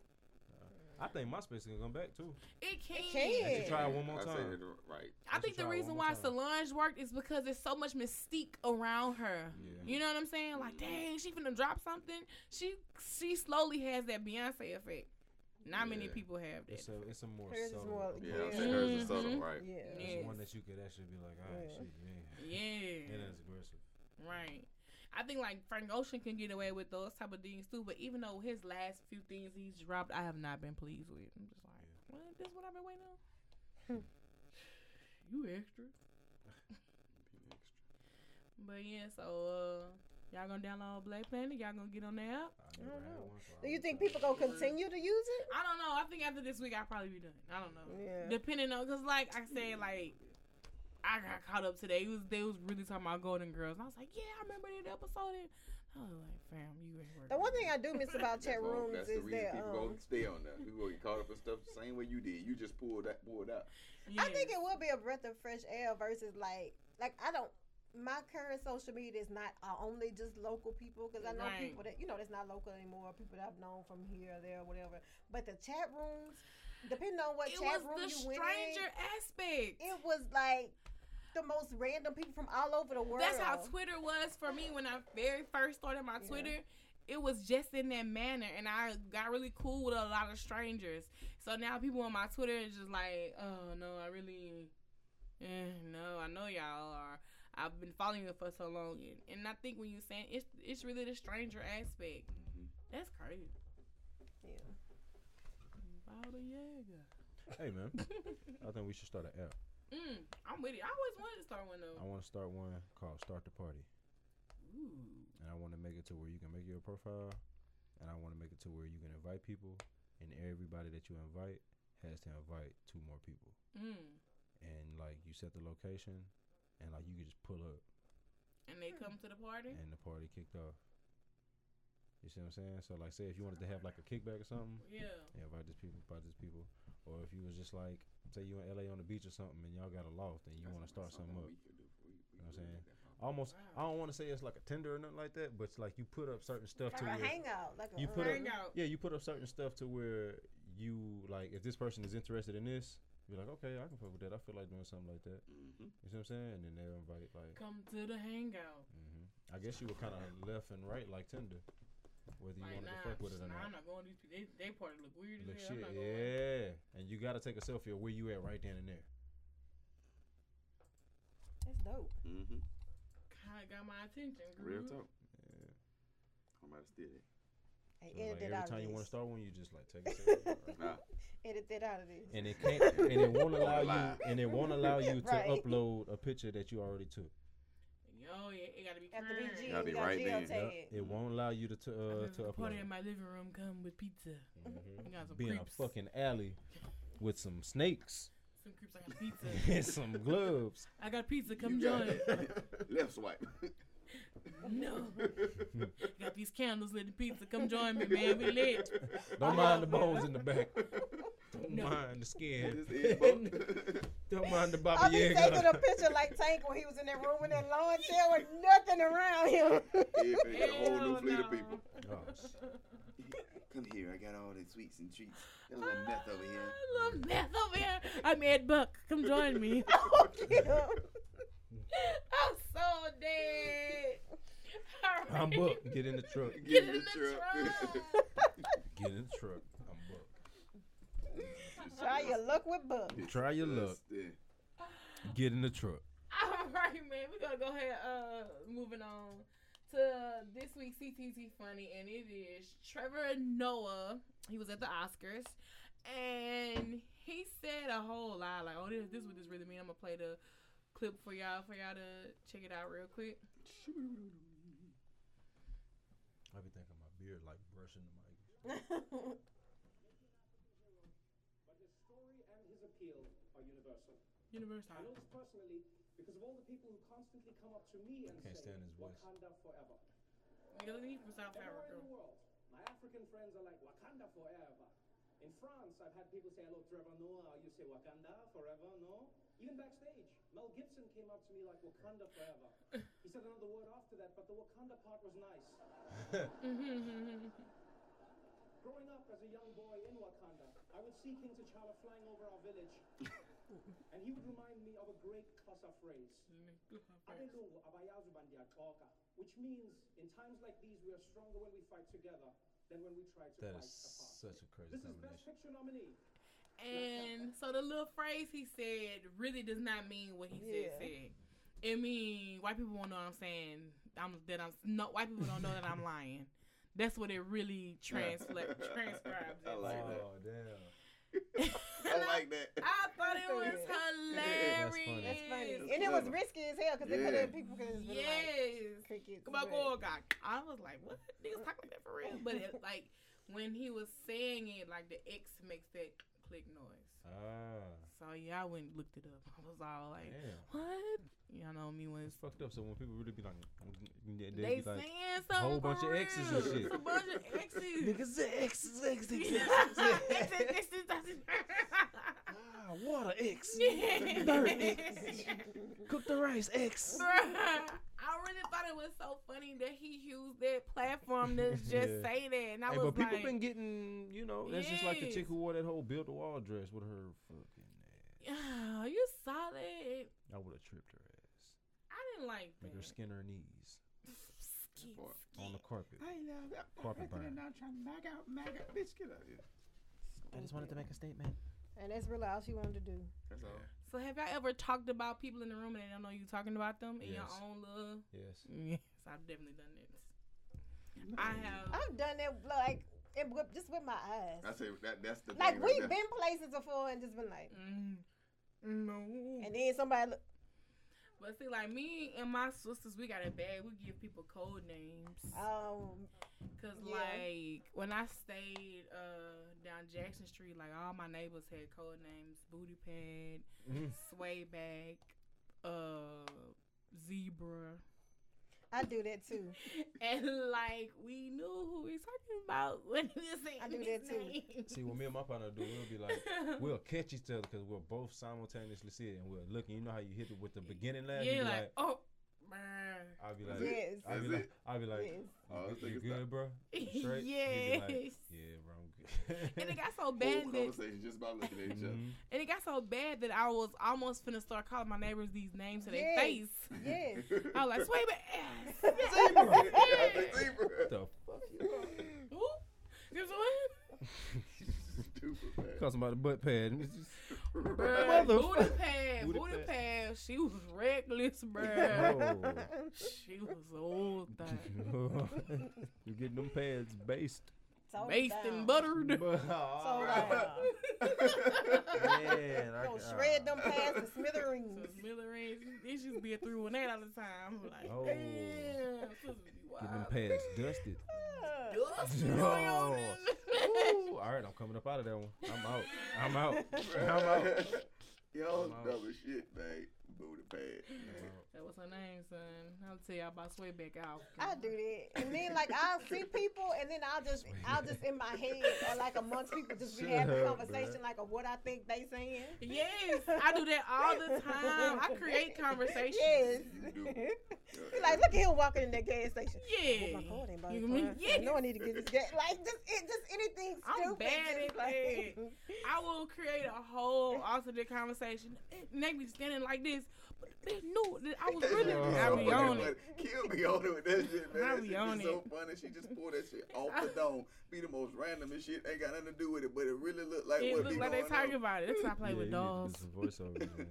I think MySpace can come back too. It can. can. They should try it one I more said it time. right. I Let's think the try it one reason more why time. Solange worked is because there's so much mystique around her. Yeah. You know what I'm saying? Like, dang, she finna drop something. She she slowly has that Beyonce effect. Not many Yeah. people have that. It's a it's a more Hers is subtle. more- approach. Yeah, I said hers was subtle, Mhm. right? Yeah. It's Yes. one that you could actually be like, all right, Yeah. shit, yeah, Yeah. that is aggressive. Right. I think like Frank Ocean can get away with those type of things too, but even though his last few things he's dropped, I have not been pleased with. I'm just like, what? This what I've been waiting on? you extra. But yeah, so uh, y'all gonna download Black Planet? Y'all gonna get on the app? I don't never had know. one, so I Do you don't think try it. people gonna continue to use it? I don't know. I think after this week I'll probably be done. I don't know. Yeah. Depending on, cause like I said, like I got caught up today. It was they was really talking about Golden Girls, and I was like, yeah, I remember that episode. And I was like, fam, you ain't working. The one thing I do miss about That's chat all- rooms that's the is reason that people um, gonna stay on that. People gonna get caught up in stuff the same way you did. You just pulled that pulled out. I think it will be a breath of fresh air versus like like I don't my current social media is not uh, only just local people because I know Right. people that you know that's not local anymore people that I've known from here or there or whatever but the chat rooms depending on what It was chat room the you went stranger in aspect. it was like the most random people from all over the world That's how Twitter was for me when I very first started my Yeah. Twitter. It was just in that manner, and I got really cool with a lot of strangers. So now people on my Twitter is just like, "Oh no, I really, eh, no, I know y'all are. I've been following you for so long." And, and I think when you're saying it's, it's really the stranger aspect. That's crazy. yeah. Bottle Jaeger. Hey man, I think we should start an app. Mm, I'm with it. I always wanted to start one I though. want to start one called Start the Party, Ooh. and I want to make it to where you can make your profile, and I want to make it to where you can invite people, and everybody that you invite has to invite two more people. Mm. and like you set the location and like you could just pull up And they come to the party. and the party kicked off. You see what I'm saying? So like say if you wanted to have like a kickback or something, Yeah. yeah, invite these people, invite these people. Or if you was just like say you in LA on the beach or something and y'all got a loft and you That's want to something- start something up. something we could do. We- we know what I'm could saying? make that happen. Almost I don't want to say it's like a Tinder or nothing like that, but it's like you put up certain stuff like a to where hangout like a you put up- Hang out. Yeah, you put up certain stuff to where you like if this person is interested in this, you're like, "Okay, I can fuck with that. I feel like doing something like that." Mhm. You see what I'm saying? And then they'll invite like Come to the hangout. hmm I guess you were kind of left and right like Tinder, whether you Like, wanted nah, to fuck with it or nah, I'm not. not going to these people. They, they party look weird Look, as hell. shit, I'm not going. yeah, and you gotta take a selfie of where you at right then and there. that's dope Mhm. Kinda got my attention, Real girl. talk. Yeah. I'm about to steal it. I So, like, edited every out time of you want this to start one, you just like take a selfie, right? Nah, edit that out of this and it can't, and it won't allow Lie. you, and it won't allow you to Right. upload a picture that you already took. Yo, yeah, it gotta be after current. BG Gotta we be got right then. Yep. geotag It won't allow you to t- I've uh, been to party upload. in my living room. Come with pizza. Mhm. I got some Be in a creeps. fucking alley with some snakes Some creeps. I got pizza. and some gloves. I got pizza. Come you got join. it. Left swipe. no, I got these candles lit. in Pizza. Come join me, man. We lit. Don't mind the bones in the back. Don't No. mind the skin. This is both. Don't mind the I'll Baba be Yaga. taking a picture like Tank when he was in that room in that lawn chair with nothing around him. Yeah, finna get a whole new Hell no. fleet of people. Oh, Come here, I got all the sweets and treats. Got a little meth over here. I love meth over here. I'm Ed Buck. Come join me. Oh, Kim. I'm so dead. All I'm right. Buck. Get in the truck. Get in the truck. Get in the truck. I'm Buck. Try your luck with Buck. Try your luck. That's the- Get in the truck. All right, man. We're gonna go ahead. Uh, moving on to this week's CTT funny, and it is Trevor Noah. He was at the Oscars, and he said a whole lot. Like, oh, this this what this really mean. I'm gonna play the clip for y'all for y'all to check it out real quick. I be thinking my beard like brushing the mic. But his story and his appeal are universal. Universal. I know this personally because of all the people who constantly come up to me and can't say, stand his voice. Wakanda forever. You know, he from South Everywhere in Africa. the world, my African friends are like, Wakanda forever. In France, I've had people say, hello, Trevor Noah. You say, Wakanda forever, no? Even backstage, Mel Gibson came up to me like, Wakanda forever. he said another word after that, but the Wakanda part was nice. Growing up as a young boy in Wakanda, I would see King T'Challa flying over our village, and he would remind me of a great Xhosa phrase, "Abelu abayazu bandiyaxoka," which means, in times like these, we are stronger when we fight together than when we try to That fight is apart. such a crazy this is Best combination. Picture nominee. And so the little phrase he said really does not mean what he Yeah. said said. It mean white people won't know what I'm saying. I'm that I'm no white people don't know that I'm lying. That's what it really transla- transcribes. I it like to. that. Oh damn. I like that. I thought it was That's hilarious. funny. That's funny. That's And it was clever. risky as hell because they could Yeah. have people could have been like Yes. crickets. Come on, but- go on, God. I was like, what? Niggas talking about that for real? But it, like when he was saying it, like the X makes that click noise. Ah, So yeah, I went and looked it up. I was all like, damn. "What?" Y'all know me when It's fucked up. So when people really be like, they, they they be like, saying a something. whole bunch of X's and real. shit. It's a bunch of X's. the X is X. Bruh. Ah, water X. Dirt X. Cook the rice X. I really thought it was so funny that he used that platform to just Yeah. say that, and I Hey, was but people like, been getting, you know, that's just like the Yes. chick who wore that whole build the wall dress with her fucking ass. "Oh, you solid." I would have tripped her ass. I didn't like Make her that. skin her knees Skin, Boy. on the carpet. I love that. Carpet burn. I'm trying to knock out, knock out. Bitch, get out of here. I just wanted to make a statement. And that's really all she wanted to do. That's all. So have y'all ever talked about people in the room and they don't know you talking about them in your Yes. own little? Yes. Yes, I've definitely done this. I have. I've done that like it with, just with my eyes. I say that that's the Like thing we've right there. been places before and just been like, Mm, no. and then somebody. Look, But see, like me and my sisters, we got it bad. We give people code names. um, Cause Yeah. like when I stayed uh, down Jackson Street, like all my neighbors had code names: Booty Pad, Mhm. Sway Back, uh, Zebra, I do that too. and like we knew who we talking about when we was saying I do his that too. name. See, what me and my partner do, we'll be like, we'll catch each other because we'll both simultaneously see it and we're looking. You know how you hit it with the beginning line? yeah, You like, be oh, man. I'll be That's like, it. Yes. I'll be That's like, it. I'll be like, Yes. you Oh, good- this you nigga stop. good, bro? Straight? He be like, yes. yeah, bro, I'm good. And it got so Whole bad that conversation just by looking at each other. Mhm. and it got so bad that I was almost finna start calling my neighbors these names to their Yes. face. Yes. I was like, Sway Back. Zebra. What the fuck? Ooh, this one? Stupid, man. Call somebody butt pad. and it's just- Bruh, Motherfucker. booty pad, Booty booty, pad. pad. She was reckless, bruh. Oh. she was old thing. you getting them pads based. Sold Based down. and buttered. Oh, Sold down. Man, I Gonna ca- shred them past the smithereens. So Miller Range, this used to be a 318 all the time. I'm like, Oh. damn. Sisters be Get them wild. pads dusted. Dust, No. on this. Ooh, all right, I'm coming up out of that one. I'm out. I'm out. I'm out. Y'all I'm out. dumb as shit, man. Booty pad. That was her name, son. I'll tell y'all about Sway back out. I do that, and then like I'll see people, and then I'll just, I'll just in my head, or like amongst people, just be Shut having a up, bruh. conversation like of what I think they saying. Yes, I do that all the time. I create conversations. Yes. You do. Be like, look at him walking in that gas station. Yeah. Oh my God, ain't about You to mean- cry. I yes. know I need to get this gas. Like just, it, just anything I'm stupid. bad just at like- I will create a whole alternate conversation. They be standing like this, but they knew that I was really. Oh. I be on it. Kill me on it with that shit, man. I That be shit on be so it. funny. She just pulled that shit off the dome. Be the most random and shit. Ain't got nothing to do with it, but it really looked like It what looked be like they going on. talking about it. That's why I play Yeah, with you need dolls. to do some voiceovers, man.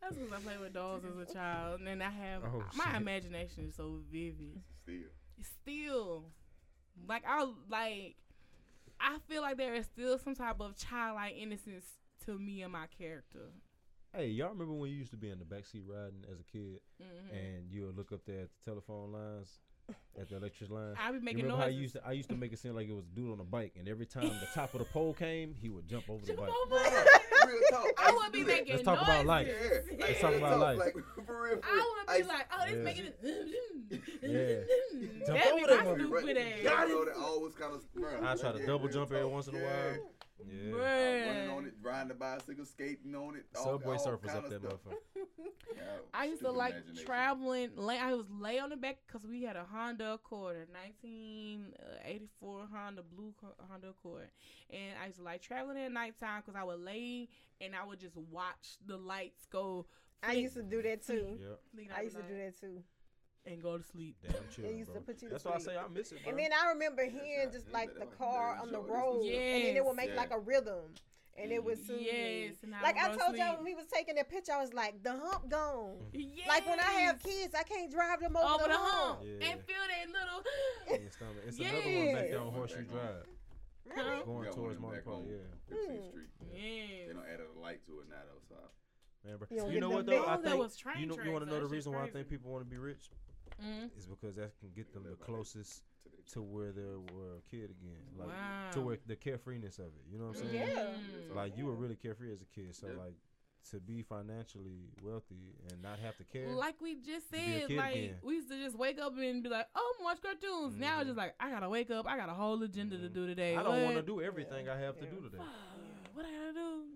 That's because I play with dolls as a child, and then I have Oh, my shit. imagination is so vivid. Still. Still, like I like, I feel like there is still some type of childlike innocence to me and my character. Hey, y'all remember when you used to be in the backseat riding as a kid Mhm. and you would look up there at the telephone lines, at the electric lines? I be You making remember how noises. you used to, I used to make it seem like it was a dude on a bike, and every time the top of the pole came, he would jump over Jump the bike. over Bruh, it. Real talk. I would be used to do that. making Let's talk about life. noises. Yeah. like, Let's talk real about talk, life. Like, for real, for real. I would be Ice- like, oh, this Yeah. making it. mm, Yeah. Jump That'd be over my that mother- Right. stupid Y'all ass. know that always kind of. Bruh, I try to yeah, double real jump every talk. once in a Yeah. while. Yeah. Uh, Running on Bruh. it, riding a bicycle, skating on it. All, Subway all surfers kind up of that stuff. motherfucker. Yeah, I used to stupid like imagination. traveling. Lay, I was lay on the back because we had a Honda Accord, a 1984 Honda blue co- Honda Accord, and I used to like traveling at nighttime because I would lay and I would just watch the lights go. I used to do that too. Yeah, flick I used to out do the light that too. and go to sleep. damn chill, used to bro. put you to That's why I sleep. say I miss it, bro. And then I remember hearing not- just that's like better the like car dirty on the shorties. road, and then it would make Yes. like a rhythm, and it would soothe Yes, me. and Like I would go told y'all to when we was taking that picture, I was like, the hump gone. sleep. Yes. Like when I have kids, I can't drive them over, over the, the hump. hump Yeah. and feel that little. In your stomach. It's another one back Yes. down Horseshoe Drive, Huh? going Yeah, towards one Monte back Carlo. on Yeah, 15th Hmm. Street. They Yes. don't add a light to it now, though, so. I- man, bro. You don't You, get know no what though? mail. I That think was train you know you tracks, want to know that the shit's reason why I think crazy. people want to be rich Mm. is because that can get them the Everybody. closest to the- to where they were a kid again, like wow. to where the carefreeness of it. You know what I'm saying? Yeah. Mm. Mm. Like you were really carefree as a kid, so Yeah. like to be financially wealthy and not have to care. Like we just To be a said, kid like again. we used to just wake up and be like, "Oh, I'm gonna watch cartoons." Now it's just like I gotta wake up. I got a whole agenda to Mhm. do today. I don't want to What? do everything I have to do today. What I gotta do?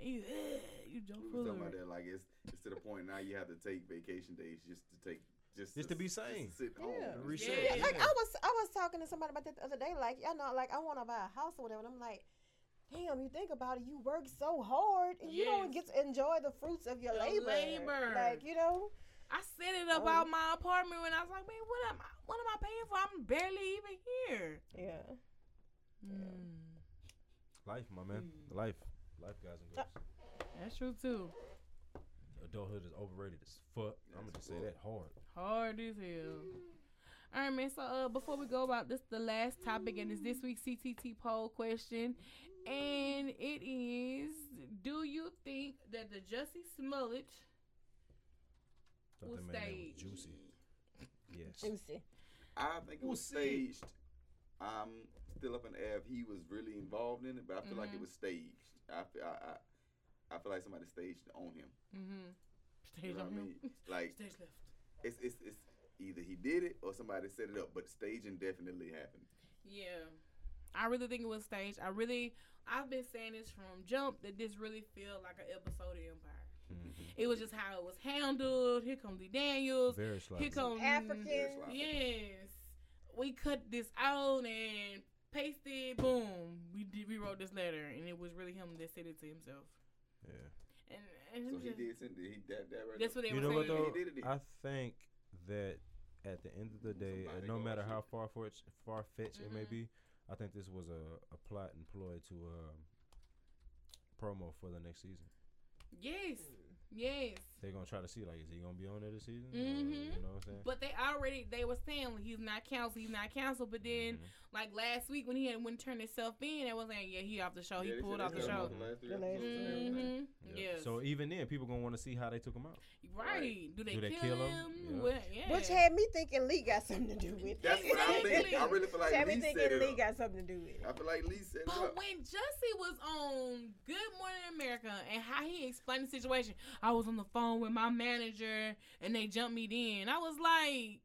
You, you Joe We was talking about Fuller. that. Like it's it's to the point now you have to take vacation days just to take just Just to be s- just sane. sit home. Yeah. and Reset. just- Yeah. Like I was, I was talking to somebody about that the other day. Like y'all know, like I want to buy a house or whatever. And I'm like, damn, you think about it, you work so hard and you don't Yes. get to enjoy the fruits of your Your labor. labor. Like you know, I set it up Oh. out my apartment when I was like, man, what am I? What am I paying for? I'm barely even here. yeah. Mm, Life, my man. Life. Life, guys and girls. that's true too. Adulthood is overrated as fuck. I'm gonna just say that hard. Hard as hell. All right, man. So uh, before we go about this, the last topic, and it's this week's CTT poll question, and it is: Do you think that the Jussie Smollett? Thought Was that man name staged. was juicy. Yes. Juicy. I think it We'll was see. staged. I'm still up in the air if he was really involved in it, but I feel Mm-hmm. like it was staged. I, fe- I, I, I feel like somebody staged on him. Mm-hmm. You Stage know what on I mean? him. Like Stage left. it's it's it's either he did it or somebody set it up, but staging definitely happened. Yeah. I really think it was staged. I really, I've been saying this from jump that this really feel like an episode of Empire. It was just how it was handled. Here comes the Daniels. Very Here slight. comes African. There's like- Yes. We cut this out and pasted. Boom. We did, we wrote this letter, and it was really him that said it to himself. Yeah. And, and So it he just- did send it. He that that right. that's what they You were know what saying. though? He did it. I think that at the end of the day, uh, Somebody no go matter watch how it. far fetched far fetched it may Mhm. be, I think this was a, a plot and ploy to um, promo for the next season. Yes. Hmm. Yes. They're gonna try to see like, is he gonna be on there this season? Or, Mhm. you know what I'm saying? But they already they were saying he's not canceled, he's not canceled. But then Mhm. like last week when he had wouldn't turn himself in, they was saying yeah he off the show, Yeah, Oh, he they pulled said off they the cut him show. off last three The episodes last and episode. everything. Mm-hmm. Yeah. Yes. So even then, people gonna want to see how they took him out. right. Do they, kill, him? Yeah. Well, yeah. Which had me thinking Lee got something to do with it. That's what I think. I really feel like Had me Lee set thinking Lee it up. got something to do with it. I feel like Lee set it But up. when Jussie was on Good Morning America and how he explained the situation, I was on the phone with my manager and they jumped me in. I was like,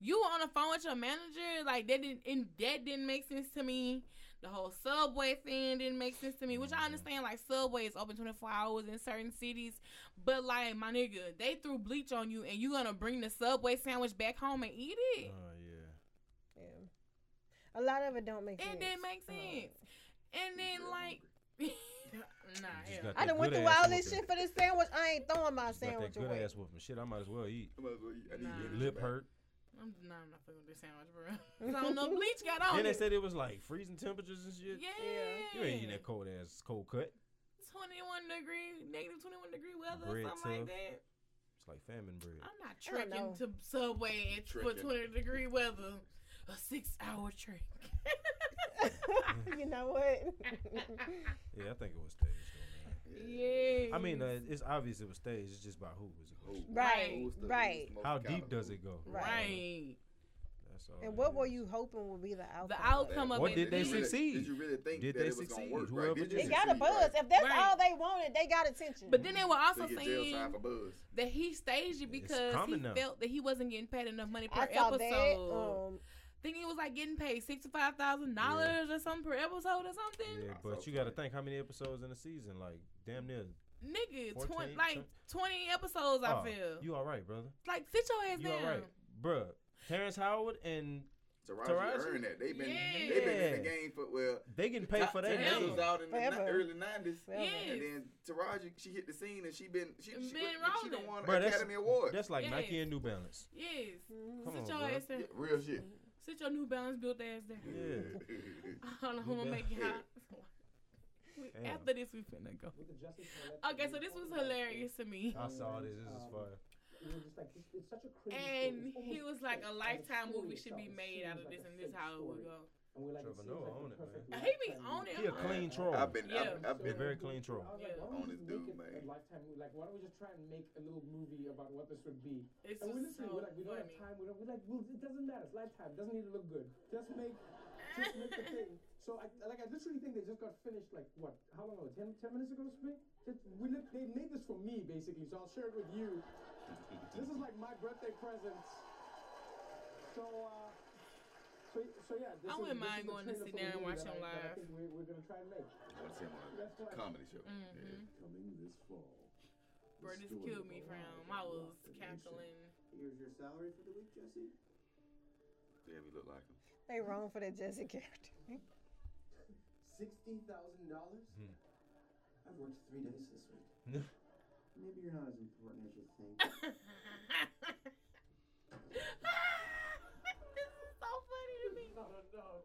"You were on the phone with your manager? Like that didn't and that didn't make sense to me. The whole subway thing didn't make sense to me, which I understand. Like subway is open twenty four hours in certain cities, but like my nigga, they threw bleach on you and you gonna bring the subway sandwich back home and eat Oh it? yeah. Yeah. A lot of it don't make sense. It didn't make Oh. sense. And He's then real like, nah, hell. Just got I that done went good through all ass this whooping. shit for this sandwich. I ain't throwing my Just Got that sandwich good away. ass whooping. Shit, I might as well eat. I might as well- I need Nah. energy Lip back. hurt. I'm, no, I'm not fucking with this sandwich, bro. so no bleach got on. Then they it. said it was like freezing temperatures and shit. yeah. You ain't eating that cold ass cold cut. 21 degree, negative 21 degree weather Bread or something like tough. that. It's like famine bread. I'm not I don't trekking know. to Subway at- for Trekking. 20 degree weather. A six hour trek. you know what? Yeah, I think it was staged though, man. yeah. I mean, uh, it's obvious it was staged. It's just about who was it. Who- right, who's the- who's right. the most How accountable? deep does it go? Right. right. That's all. And it what were is. you hoping would be the outcome? The of it? outcome of What it. did they you really- succeed? Did you really think Did that they it was gonna succeed? work? Whoever right? Did you did It got a succeed? buzz. Right. If that's Right. all they wanted, they got attention. But then they were So also you get jail saying time for buzz. that he staged it because he common now. felt that he wasn't getting paid enough money per I saw episode. that. Um, think he was like getting paid sixty five thousand dollars or something per episode or something. Yeah, I but thought you got to so. think how many episodes in a season. Like damn near. Nigga, 14, twenty like twenty episodes. Oh, I feel you all right, brother? like sit your ass You down. all right, bruh? Terrence Howard and Taraji, Taraji? earned that. They've been Yeah. they've been in the game for well. they getting paid for Terrence that. Forever. was out in the ni- Forever. early nineties. Yes. And then Taraji, she hit the scene and she been she she, Been she rolling. done won Bruh, an that's- Academy Award. That's like Yes. Nike and New Balance. Yes. Come sit on, your bruh. ass down. Yeah, real shit. Sit your New Balance built ass down. Yeah. I don't know who New I'm Balance. making hot. We- Damn. After this, we finna go. With the Jussie Smollett Okay, thing, so this was talking about hilarious to me. I saw this. This is Oh. fire. it was just like, it's- it's such a crazy And story. It's he almost was like, fake. a And the lifetime story movie should itself, be it made seems out of like this, a and this fake how it story. would go. And we're like, Trevor seems Noah own like a it, man. He perfect be lifetime on it movie. He a hard. clean troll. I've been I've, Yeah. I've A been very clean I troll. was Yeah. like, why On his don't we just make dude, it a man. lifetime movie? Like, why don't we just try and make a little movie about what this would be? It's and we just literally, so we're like, we don't have funny. time. We don't. We like, well, it doesn't matter. It's lifetime. It doesn't need to look good. Just make, just make the thing So I like I literally think they just got finished like what? How long ago? 10, 10 minutes ago or something? Just- we lit- they made this for me basically, so I'll share it with you. this is like my birthday present. So uh so, so yeah, this I is- wouldn't this mind is the going to trailer for sit the down and movie watch that him I- that I live. think we're, we're gonna try and make. I want to see him That's on why- a comedy show. Mm-hmm. Yeah. Coming this fall. Bro, this killed me, fam. I was cackling. Here's your salary for the week, Jesse. Damn, he look like him. They wrong for that Jesse character. Sixty thousand dollars. I've worked three days this week. Maybe you're not as important as you think. this is so funny to me. Not enough.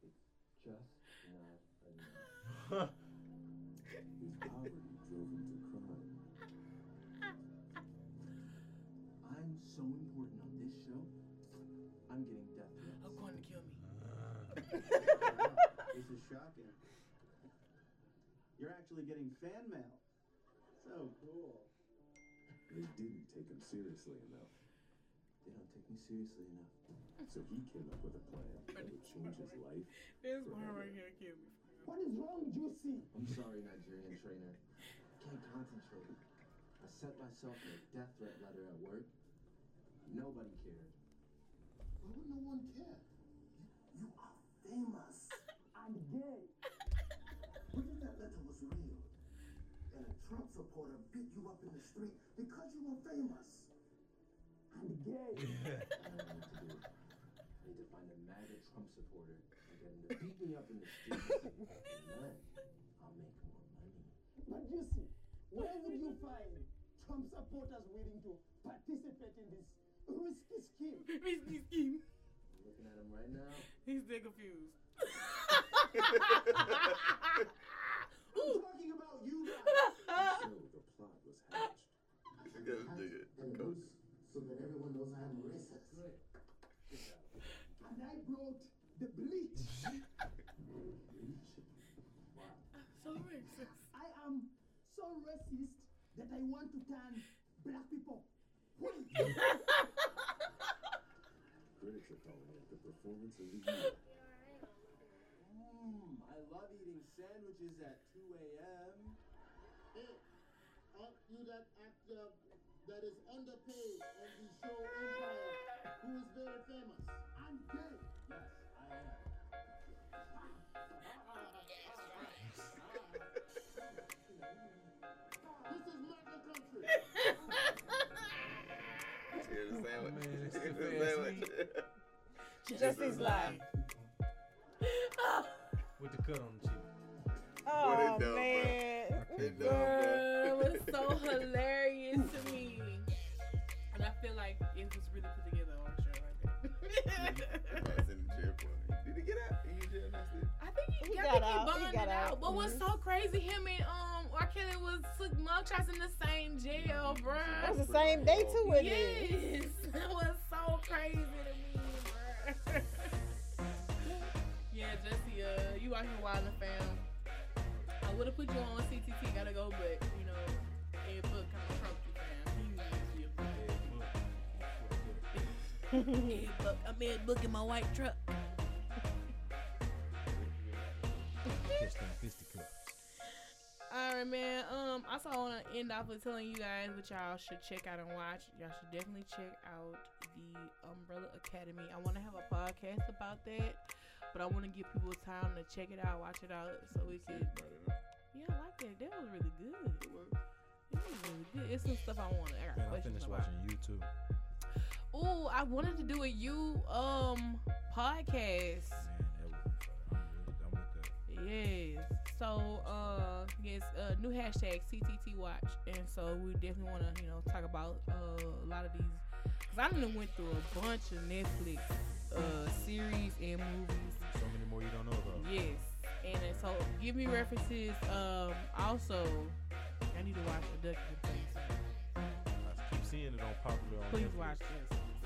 Just not enough. His poverty drove him to crime. I'm so important on this show. I'm getting death threats. I'm going to kill me. This is shocking. You're actually getting fan mail. So cool. They didn't take him seriously enough. They don't take me seriously enough. So he came up with a plan that would change his life. This one right here killed me. What is wrong, Juicy? I'm sorry, Nigerian trainer. Can't concentrate. I sent myself a death threat letter at work. Nobody cared. Why would no one care? You are famous. I'm gay. What if that letter was real? And a Trump supporter beat you up in the street because you were famous? I'm gay. I don't know what to do. I need to find a MAGA Trump supporter and get him to beat me up in the street. and then I'll make more money. But you see, where would you find Trump supporters willing to participate in this risky scheme? He's, he's, he's, I'm looking at him right now. he's still confused. I'm talking about you guys. so the plot was hatched. This nigga, coach. so that everyone knows I'm racist. And I brought the bleach. so racist. I am so racist that I want to turn black people. Critics are calling it the performance of the year. Mmm, I love eating sandwiches at 2 a.m. Hey, aren't you that actor that is underpaid on the show Empire, who is very famous? I'm gay. Yes, I am. this is Yeah, MAGA country. the sandwich. Man, it's The the sandwich. Jesse's live. Oh, With the cut on the cheek. Oh done, bruh? man. They dumb, Girl, bruh. it was so hilarious to me. And I feel like it was really put together on the show right there. Everybody's in the jail for it. Did he get out? He in jail now, still? I think he, He I got think out, he he bonded out. got Mm-hmm. out, But what's mhm. so crazy, him and um R. Kelly was took mug shots in the same jail, That bruh. was the same day too, wasn't it? Yes, that was so crazy to me, bruh. yeah, Jesse, uh, you out here wildin', fam. I would have put you on CTT, gotta go, but you know, it book kind of trumped you, fam. You knew you. Ed Book. I'm Ed Book in my white truck. Catch them fisticuffs. All right, man. Um, also I want to end off with telling you guys what y'all should check out and watch. Y'all should definitely check out the Umbrella Academy. I want to have a podcast about that, but I want to give people time to check it out, watch it out, so we can. Yeah, I like that. That was really good. That was really good. It's some stuff I want. to I got Man, I questions finished about. watching YouTube. Ooh, I wanted to do a you um podcast. Man, that was fun. I'm with, I'm with that. Yes. So, uh, yes, uh, new hashtag CTT Watch, and so we definitely want to, you know, talk about uh, a lot of these. Cause I done went through a bunch of Netflix uh series and movies. So many more you don't know about. Yes, and then, so give me references. Um, also, I need to watch a documentary. I keep seeing it on popular on Please Netflix. watch this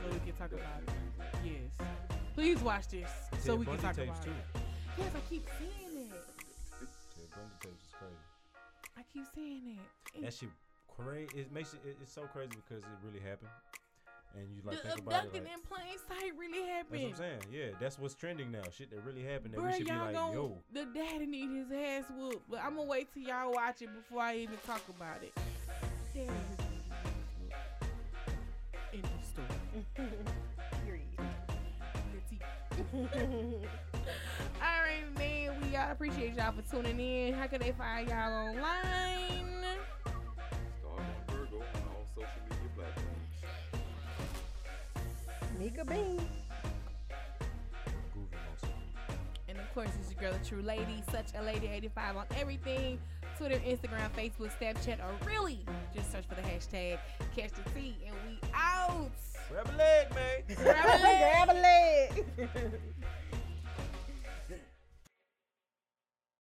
so we can talk about it. it. Yes. Please watch this so Ted we can Bundy talk tapes about too. it. Yes, I keep seeing it. Ted Bundy tapes is crazy. I keep seeing it. That shit crazy. It makes it, it- it's so crazy because it really happened. and you like the think about it. abducting Like, in plain sight really that's what happened. I'm saying. Yeah, that's what's trending now. Shit that really happened that Bruh, we should be y'all like, gon' yo. the daddy need his ass whooped, but I'm gonna wait till y'all watch it before I even talk about it. There it is. End of story. That's it. All right, man. We uh, appreciate y'all for tuning in. How can they find y'all online? Star Born Virgo on all social media platforms. Mika Bean. Groovy most. And of course, it's your girl, the True Lady, such a lady 85 on everything. Twitter, Instagram, Facebook, Snapchat, or really just search for the hashtag Catch the Tea, and we out. Grab a leg, man. Grab a leg. Grab a leg.